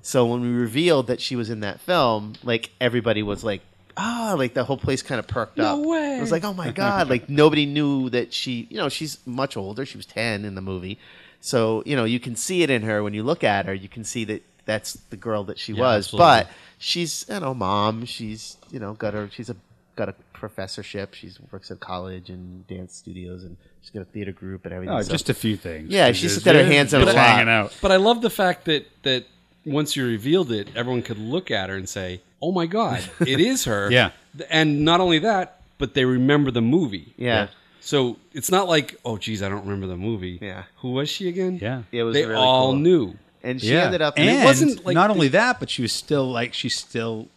A: so when we revealed that she was in that film, like everybody was like, ah, like the whole place kind of perked up.
B: way.
A: It was like, oh my god,
B: [laughs]
A: like nobody knew that she, you know, she's much older. She was ten in the movie, so you know you can see it in her when you look at her. You can see that that's the girl that she was,
B: absolutely.
A: but she's you know mom. She's you know got her. She's a got a professorship. She works at college and dance studios, and she's got a theater group and everything.
C: Oh,
A: So-
C: just a few things.
A: Yeah, she's just got her hands on a
C: just
A: lot.
C: hanging out.
B: But I love the fact that that once you revealed it, everyone could look at her and say, "Oh my
C: [laughs]
B: god, it is her."
C: Yeah.
B: And not only that, but they remember the movie.
A: yeah.
B: So it's not like, "Oh geez, I don't remember the movie."
A: Yeah.
B: Who was she again?
C: Yeah.
A: It was
B: they
A: really
B: all
A: cool.
B: knew.
A: and she
C: yeah.
A: ended up.
C: and
B: it wasn't like
C: not
B: the-
C: only that, but she was still like she still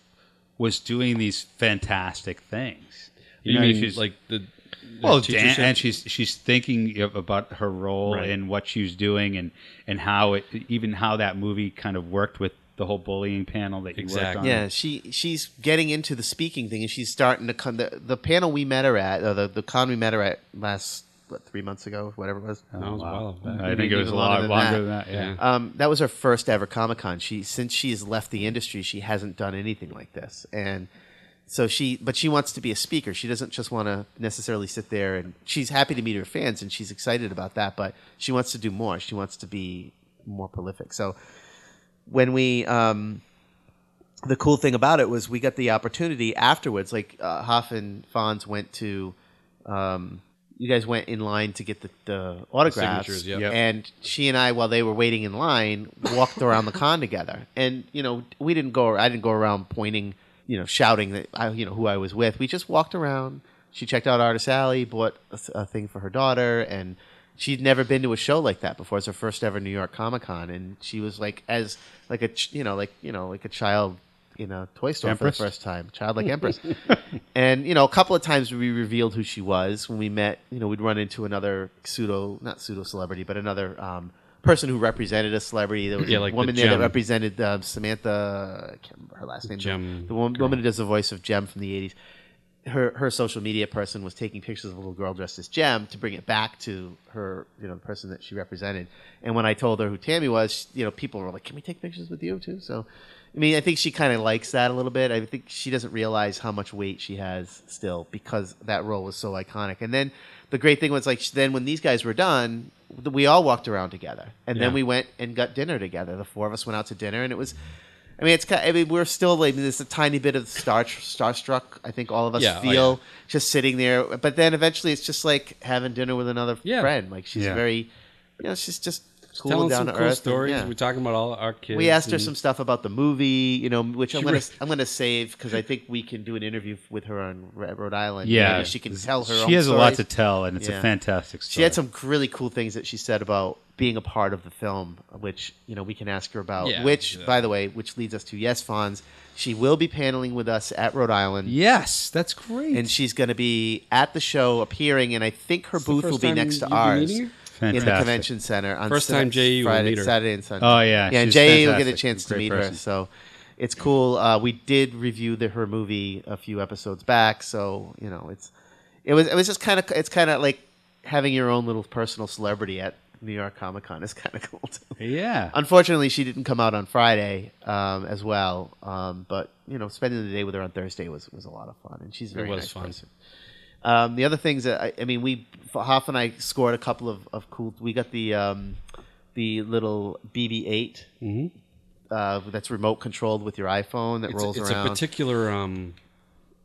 C: was doing these fantastic things.
B: You,
C: know,
B: mean
C: she's-
B: like the, the
C: well,
B: teacher
C: Dan,
B: said-
C: and she's she's thinking of- about her role
B: Right.
C: and what she was doing and and how it even how that movie kind of worked with the whole bullying panel that you worked
B: Exactly.
C: on.
A: Yeah, she she's getting into the speaking thing, and she's starting to come. The, the panel we met her at, or the the con we met her at last what three months ago, whatever it was.
B: that was
C: Oh, Wow.
B: wild. back.
C: I think it
A: Even
C: was a
A: longer
C: lot
A: than
C: longer than
A: that.
C: that. Yeah.
B: Mm-hmm.
A: Um, that was her first ever Comic Con. She since she has left the industry, she hasn't done anything like this, and so she. But she wants to be a speaker. She doesn't just want to necessarily sit there and she's happy to meet her fans and she's excited about that. But she wants to do more. She wants to be more prolific. So when we um, the cool thing about it was we got the opportunity afterwards. Like uh, Hoff and Fonz went to, um, you guys went in line to get the, the autographs,
B: signatures, yep.
C: Yep.
A: and she and I, while they were waiting in line, walked around the con together. And you know, we didn't go. I didn't go around pointing, you know, shouting that I, you know who I was with. We just walked around. She checked out Artist Alley, bought a, th- a thing for her daughter, and she'd never been to a show like that before. It's her first ever New York Comic Con, and she was like, as like a ch- you know, like you know, like a child in a toy store
C: Empress?
A: for the first time, childlike
B: [laughs]
A: empress. and you know, a couple of times we revealed who she was when we met. You know, we'd run into another pseudo, not pseudo celebrity, but another um, person who represented a celebrity. There was a
B: Yeah, like the
A: woman there that
B: gem.
A: represented um, Samantha. I can't remember her last name.
B: Gem
A: the woman, woman who does the voice of Gem from the '80s her her social media person was taking pictures of a little girl dressed as Jem to bring it back to her, you know, the person that she represented. And when I told her who Tammy was, you know, people were like, "Can we take pictures with you too?" So, I mean, I think she kind of likes that a little bit. I think she doesn't realize how much weight she has still because that role was so iconic. And then the great thing was like then when these guys were done, we all walked around together, and then
B: Yeah.
A: we went and got dinner together. The four of us went out to dinner, and it was. I mean, it's. ki- I mean, we're still like there's a tiny bit of star starstruck. I think all of us
B: Yeah, oh,
A: feel just sitting there. But then eventually, it's just like having dinner with another
B: Yeah.
A: friend. Like she's
C: Yeah.
A: very, you know, she's just cool
B: Telling
A: down
B: some
A: to
B: cool
A: earth. and-
B: stories.
A: yeah.
B: We're talking about all our kids.
A: We asked her
B: and-
A: some stuff about the movie, you know, which I'm
B: She
A: gonna
B: re-
A: I'm gonna save because I think we can do an interview with her on Ro- Rhode Island.
C: Yeah.
A: Maybe she can tell her. own
C: She has a lot to
A: stories.
C: tell, and it's
A: Yeah.
C: a fantastic story.
A: She had some really cool things that she said about being a part of the film, which you know we can ask her about.
B: Yeah,
A: which,
B: yeah.
A: by the way, which leads us to Yes Fonz. She will be paneling with us at Rhode Island,
C: Yes, that's great.
A: and she's going to be at the show appearing. And I think her
B: the
A: booth will
B: first
A: be
B: time
A: next to
B: you've been
A: ours
B: meeting her?
A: in the
C: Fantastic.
A: convention center on
B: First
A: Sa-
B: time JE will
A: Friday,
B: meet her.
A: Saturday, and Sunday.
C: Oh, yeah,
A: yeah. And
C: she's
A: JE will get a
C: fantastic.
A: chance to
C: Great
A: meet her.
C: person.
A: So it's cool. Uh, we did review the, her movie a few episodes back, so you know it's it was it was just kind of it's kind of like having your own little personal celebrity at New York Comic Con is kind of [laughs] cool. Too.
C: yeah.
A: Unfortunately, she didn't come out on Friday um, as well. Um, but you know, spending the day with her on Thursday was was a lot of fun, and she's a very
B: was
A: nice
B: fun.
A: person. Um, the other things that I, I mean, we Hoff and I scored a couple of, of cool. We got the um, the little BB-8 uh, that's remote controlled with your iPhone that
B: Mm-hmm. It's,
A: rolls
B: it's
A: around.
B: a particular um,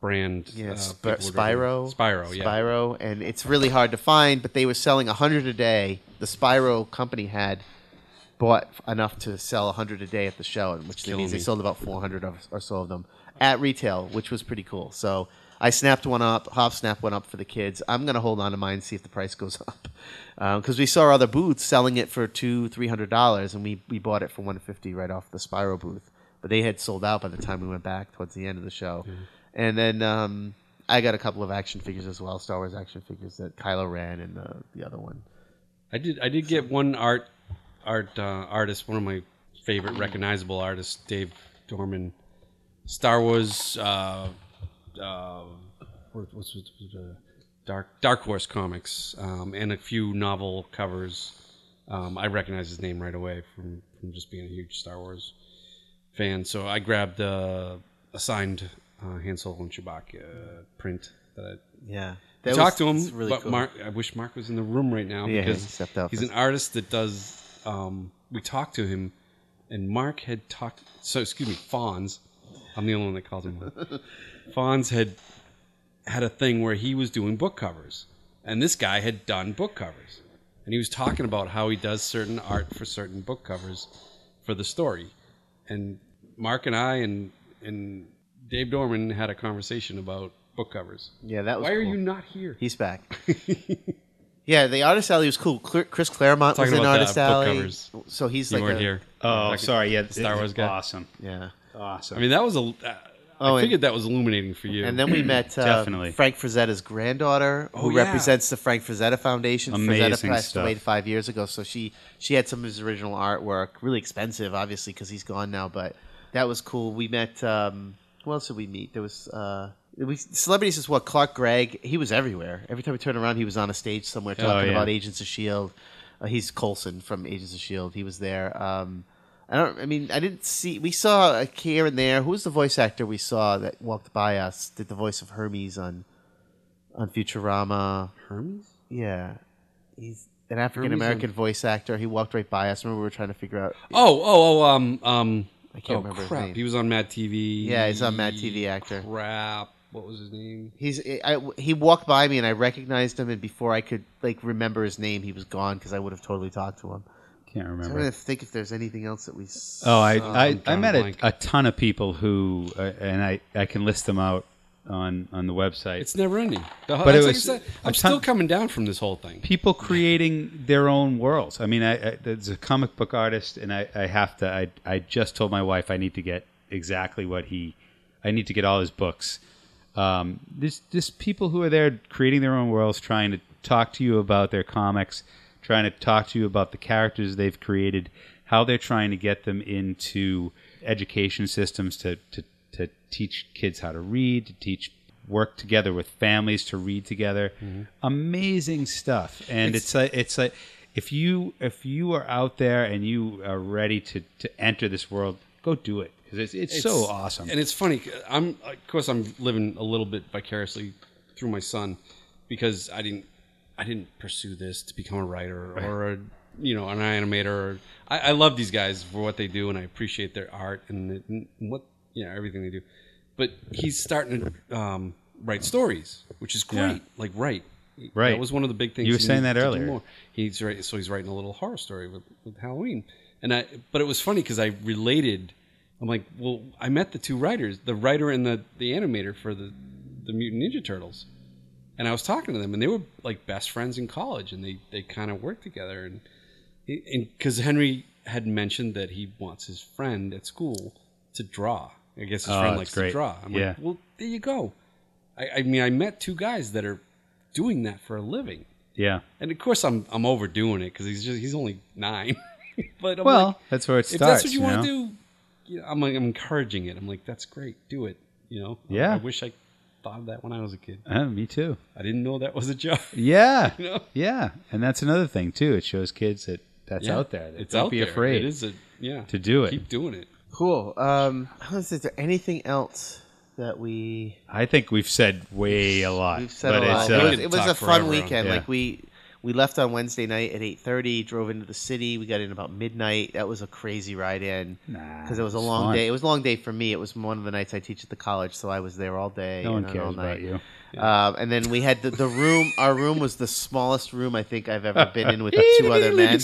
B: brand. uh,
A: Yes,
B: people
A: but
B: were drinking.
A: Spyro,
B: Spyro, yeah.
A: Spyro, and it's really hard to find. But they were selling hundred a day. The Spyro company had bought enough to sell hundred a day at the show, and which means they
B: me.
A: sold about four hundred or so of them at retail, which was pretty cool. So I snapped one up. Hop snap one up for the kids. I'm gonna hold on to mine and see if the price goes [laughs] up because we saw other booths selling it for two, three hundred dollars, and we we bought it for one fifty right off the Spyro booth. But they had sold out by the time we went back towards the end of the show,
B: Hmm.
A: and then. um I got a couple of action figures as well, Star Wars action figures that Kylo Ren and the, the other one.
B: I did. I did get one art art uh, artist, one of my favorite recognizable artists, Dave Dorman, Star Wars. Uh, uh, what- what's what's- what's, uh, Dark Dark Horse comics um, and a few novel covers. Um, I recognize his name right away from from just being a huge Star Wars fan. So I grabbed uh, a signed uh, Han Solo and Chewbacca print that I
A: Yeah,
B: I
A: that
B: talked to
A: was-
B: him,
A: it's really
B: but
A: cool.
B: Mark, I wish Mark was in the room right now
A: Yeah,
B: because
A: he stepped out
B: he's
A: for-
B: an artist that does. Um, we talked to him, and Mark had talked. So excuse me, Fonz. I'm the only one that calls him.
A: [laughs]
B: Mark. Fonz had had a thing where he was doing book covers, and this guy had done book covers, and he was talking about how he does certain art for certain book covers for the story, and Mark and I and and Dave Dorman had a conversation about book covers.
A: yeah, that was.
B: Why are
A: cool.
B: you not here?
A: He's back. [laughs] yeah, the artist alley was cool. Cl- Chris Claremont
B: Talking
A: was in
B: about the
A: artist
B: book
A: alley,
B: covers.
A: so he's
B: You
A: like
B: weren't
A: a-
B: here.
C: Oh,
B: Like,
C: sorry. Yeah,
B: Star Wars guy.
C: Awesome,
A: Yeah,
C: awesome.
B: I mean, that was a. Uh,
A: Oh,
B: I
A: and-
B: figured that was illuminating for you.
A: and then we met uh,
C: Definitely.
A: Frank Frizzetta's granddaughter, who
B: Oh, yeah.
A: represents the Frank Frizzetta
B: Oh,
A: Foundation. Frizzetta
C: Amazing
A: passed
C: stuff.
A: away five years ago, so she she had some of his original artwork. Really expensive, obviously, because he's gone now. But that was cool. We met. Um, who else did we meet? There was. Uh, we, celebrities is what Clark Gregg. He was everywhere. Every time we turned around, he was on a stage somewhere talking
C: Oh, yeah.
A: about Agents of Shield. Uh, he's Colson from Agents of Shield. E He was there. Um, I don't. I mean, I didn't see. We saw a here and there. Who was the voice actor we saw that walked by us? Did the voice of Hermes on on Futurama?
B: Hermes.
A: Yeah, he's an African American voice actor. He walked right by us. Remember, we were trying to figure out.
B: Oh, oh, oh. Um, um. I
A: can't
B: oh,
A: remember his
B: Crap.
A: name.
B: He was on Mad TV.
A: Yeah, he's on Mad TV actor.
B: Crap. What was his name?
A: He's I, he walked by me and I recognized him, and before I could like remember his name, he was gone because I would have totally talked to him.
C: Can't
A: I'm
C: remember.
A: trying to think if there's anything else that we.
C: Oh, I
A: saw.
C: I, I
B: drawing
C: met
B: a
C: a,
B: blank.
C: a ton of people who, uh, and I I can list them out on on the website.
B: It's never ending. The,
C: But it
B: it's like I
C: was
B: said,
C: a
B: I'm
C: ton-
B: still coming down from this whole thing.
C: people creating their own worlds. I mean, I, I there's a comic book artist, and I, I have to. I, I just told my wife I need to get exactly what he. I need to get all his books. Um, there's just people who are there creating their own worlds, trying to talk to you about their comics, trying to talk to you about the characters they've created, how they're trying to get them into education systems to to, to teach kids how to read, to teach work together with families to read together.
B: Mm-hmm.
C: Amazing stuff. And it's, like it's like if you if you are out there and you are ready to to enter this world, go do it because it's, it's so awesome.
B: And it's funny. I'm of course I'm living a little bit vicariously through my son because I didn't I didn't pursue this to become a writer or a you know an animator. Or, I, I love these guys for what they do and I appreciate their art and, the, and what you know everything they do. But he's starting to um, write stories, which is great. Like write.
C: Right.
B: That was one of the big things.
C: You were
B: he
C: saying
B: needed
C: that
B: to do
C: earlier.
B: more. He's right, so he's writing a little horror story with, with Halloween, and I. But it was funny because I related. I'm like, well, I met the two writers, the writer and the the animator for the the Mutant Ninja Turtles, and I was talking to them, and they were like best friends in college, and they they kind of worked together, and because Henry had mentioned that he wants his friend at school to draw. I guess his
C: Oh,
B: friend
C: that's
B: likes to
C: great.
B: draw. I'm
C: Yeah.
B: like, well, there you go. I, I mean, I met two guys that are doing that for a living.
C: yeah.
B: And of course, I'm I'm overdoing it because he's just he's only nine. [laughs] but I'm
C: Well,
B: like,
C: that's where it starts.
B: if that's what you,
C: know?
B: want to do, you know, I'm like, I'm encouraging it. I'm like, that's great, do it. You know, I-
C: Yeah.
B: I, wish I thought of that when I was a kid.
A: Oh,
C: Uh, me too.
B: I didn't know that was a job.
C: Yeah.
B: [laughs] You know?
C: Yeah. And that's another thing too. It shows kids that that's
B: Yeah.
C: out there. That
B: it's
C: don't
B: out
C: be
B: there.
C: afraid.
B: It is a yeah
C: to do it.
B: Keep doing it.
A: cool. Um, is there anything else that we
C: I think we've said way a lot.
A: We've said
C: but
A: a lot.
C: It's,
B: uh,
A: it was,
B: We
A: it
B: could
A: was a
B: talk
A: fun
B: forever on-
A: weekend.
C: yeah.
A: Like we We left on Wednesday night at 8:30, drove into the city. We got in about midnight. That was a crazy ride in
C: Nah,
A: because it was a
C: it's
A: long
C: fun.
A: day. It was a long day for me. It was one of the nights I teach at the college, so I was there all day.
C: No
A: and on
C: one
A: all
C: cares about
A: night.
C: you.
A: Um, and then we had the, the
C: [laughs]
A: room. Our room was the smallest room I think I've ever been in with
C: [laughs]
A: two other men.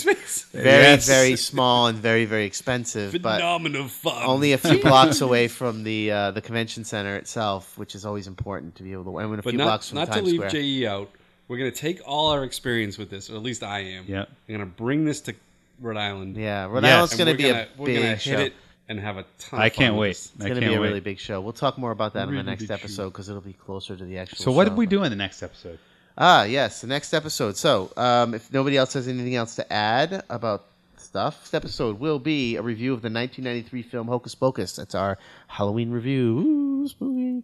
A: Very,
C: Yes.
A: very small and very, very expensive, but
B: Phenomenal fun.
A: only a
C: [laughs]
A: few blocks away from the uh, the convention center itself, which is always important to be able to. And when a
B: but
A: few blocks from
B: not, not to
A: Times
B: leave
A: Square.
B: JE out. We're gonna take all our experience with this, or at least I am.
C: Yep.
B: I'm gonna bring this to Rhode Island.
A: yeah, Rhode
C: Yes.
A: Island's
B: And
A: going to
B: we're
A: be
B: gonna,
A: a
B: we're gonna
A: big
B: hit
A: show.
B: it and have a ton.
C: I
B: of fun
C: can't
B: with
C: wait.
B: this.
A: It's
C: I
A: going
C: can't
A: to be a
C: wait.
A: really big show. We'll talk more about that on the
B: Really
A: next
B: big
A: episode because it'll be closer to the actual.
C: so what did
A: show.
C: we do in the next episode?
A: Ah, yes, the next episode. So, um, if nobody else has anything else to add about stuff, this episode will be a review of the 1993 film Hocus Pocus. That's our Halloween review. Ooh, spooky.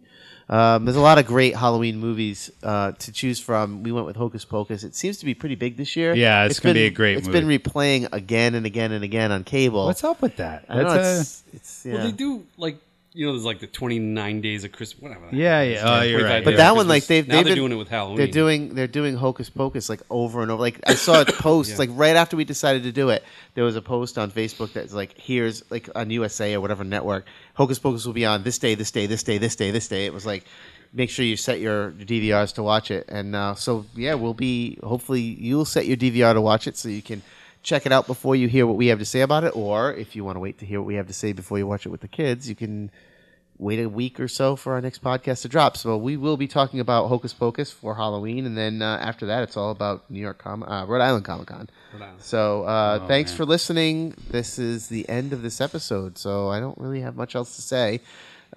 A: Um, there's a lot of great Halloween movies uh, to choose from. We went with Hocus Pocus. It seems to be pretty big this year.
C: Yeah, it's gonna
A: been-
C: be a great
A: It's
C: movie.
A: been replaying again and again and again on cable.
C: What's up with that?
A: I don't know,
C: That's
A: it's, it's, yeah.
B: Well, they do like you know, there's like the 29 days of Christmas, whatever. that
C: Yeah,
B: is.
C: yeah. Oh,
B: 25
C: you're right.
B: days
C: But
B: of
A: that one,
B: Christmas.
A: like, they've-
B: now
A: they've
B: they're
A: been-
B: doing it with Halloween.
A: They're doing they're doing hocus pocus like over and over. Like I saw a post like right after we decided to do it. There was a post on Facebook that's like here's like on USA or whatever network. Hocus pocus will be on this day, this day, this day, this day, this day. It was like make sure you set your DVRs to watch it. And uh, so yeah, we'll be hopefully you'll set your DVR to watch it so you can check it out before you hear what we have to say about it. Or if you want to wait to hear what we have to say before you watch it with the kids, you can wait a week or so for our next podcast to drop. So we will be talking about Hocus Pocus for Halloween, and then uh, after that, it's all about New York, Com- uh, Rhode Island Comic Con. So uh,
C: Oh,
A: thanks for listening. This is the end of this episode, so I don't really have much else to say.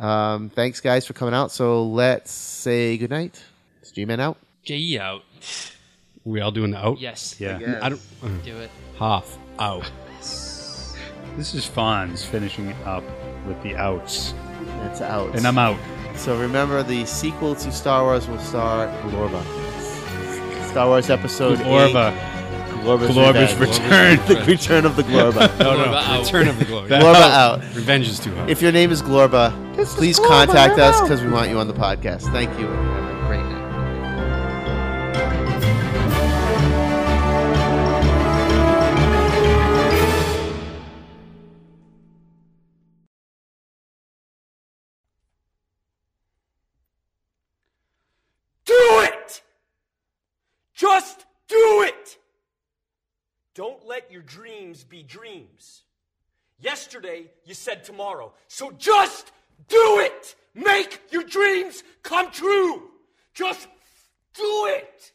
A: Um, thanks, guys, for coming out. So let's say goodnight. It's G-Man out.
D: JE out.
B: We all doing the out.
D: Yes.
C: yeah.
B: I don't.
D: Do it.
B: Half out.
C: This is Fonz finishing it up with the outs,
A: That's out.
C: and I'm out.
A: So remember, the sequel to Star Wars will star Glorba. Star Wars Episode
C: Orba,
A: Eight, Glorba's,
C: Glorba's
A: Revenge.
C: return.
A: [laughs] the return of the Glorba.
C: [laughs] No, no.
D: Out.
B: Return of the glory.
C: That-
A: Glorba out.
B: Revenge is too hard.
A: If your name is Glorba, please contact us because we want you on the podcast. Thank you. Have a great night.
G: Do it! Just do it! Don't let your dreams be dreams. Yesterday, you said tomorrow. So just do it! Make your dreams come true! Just do it!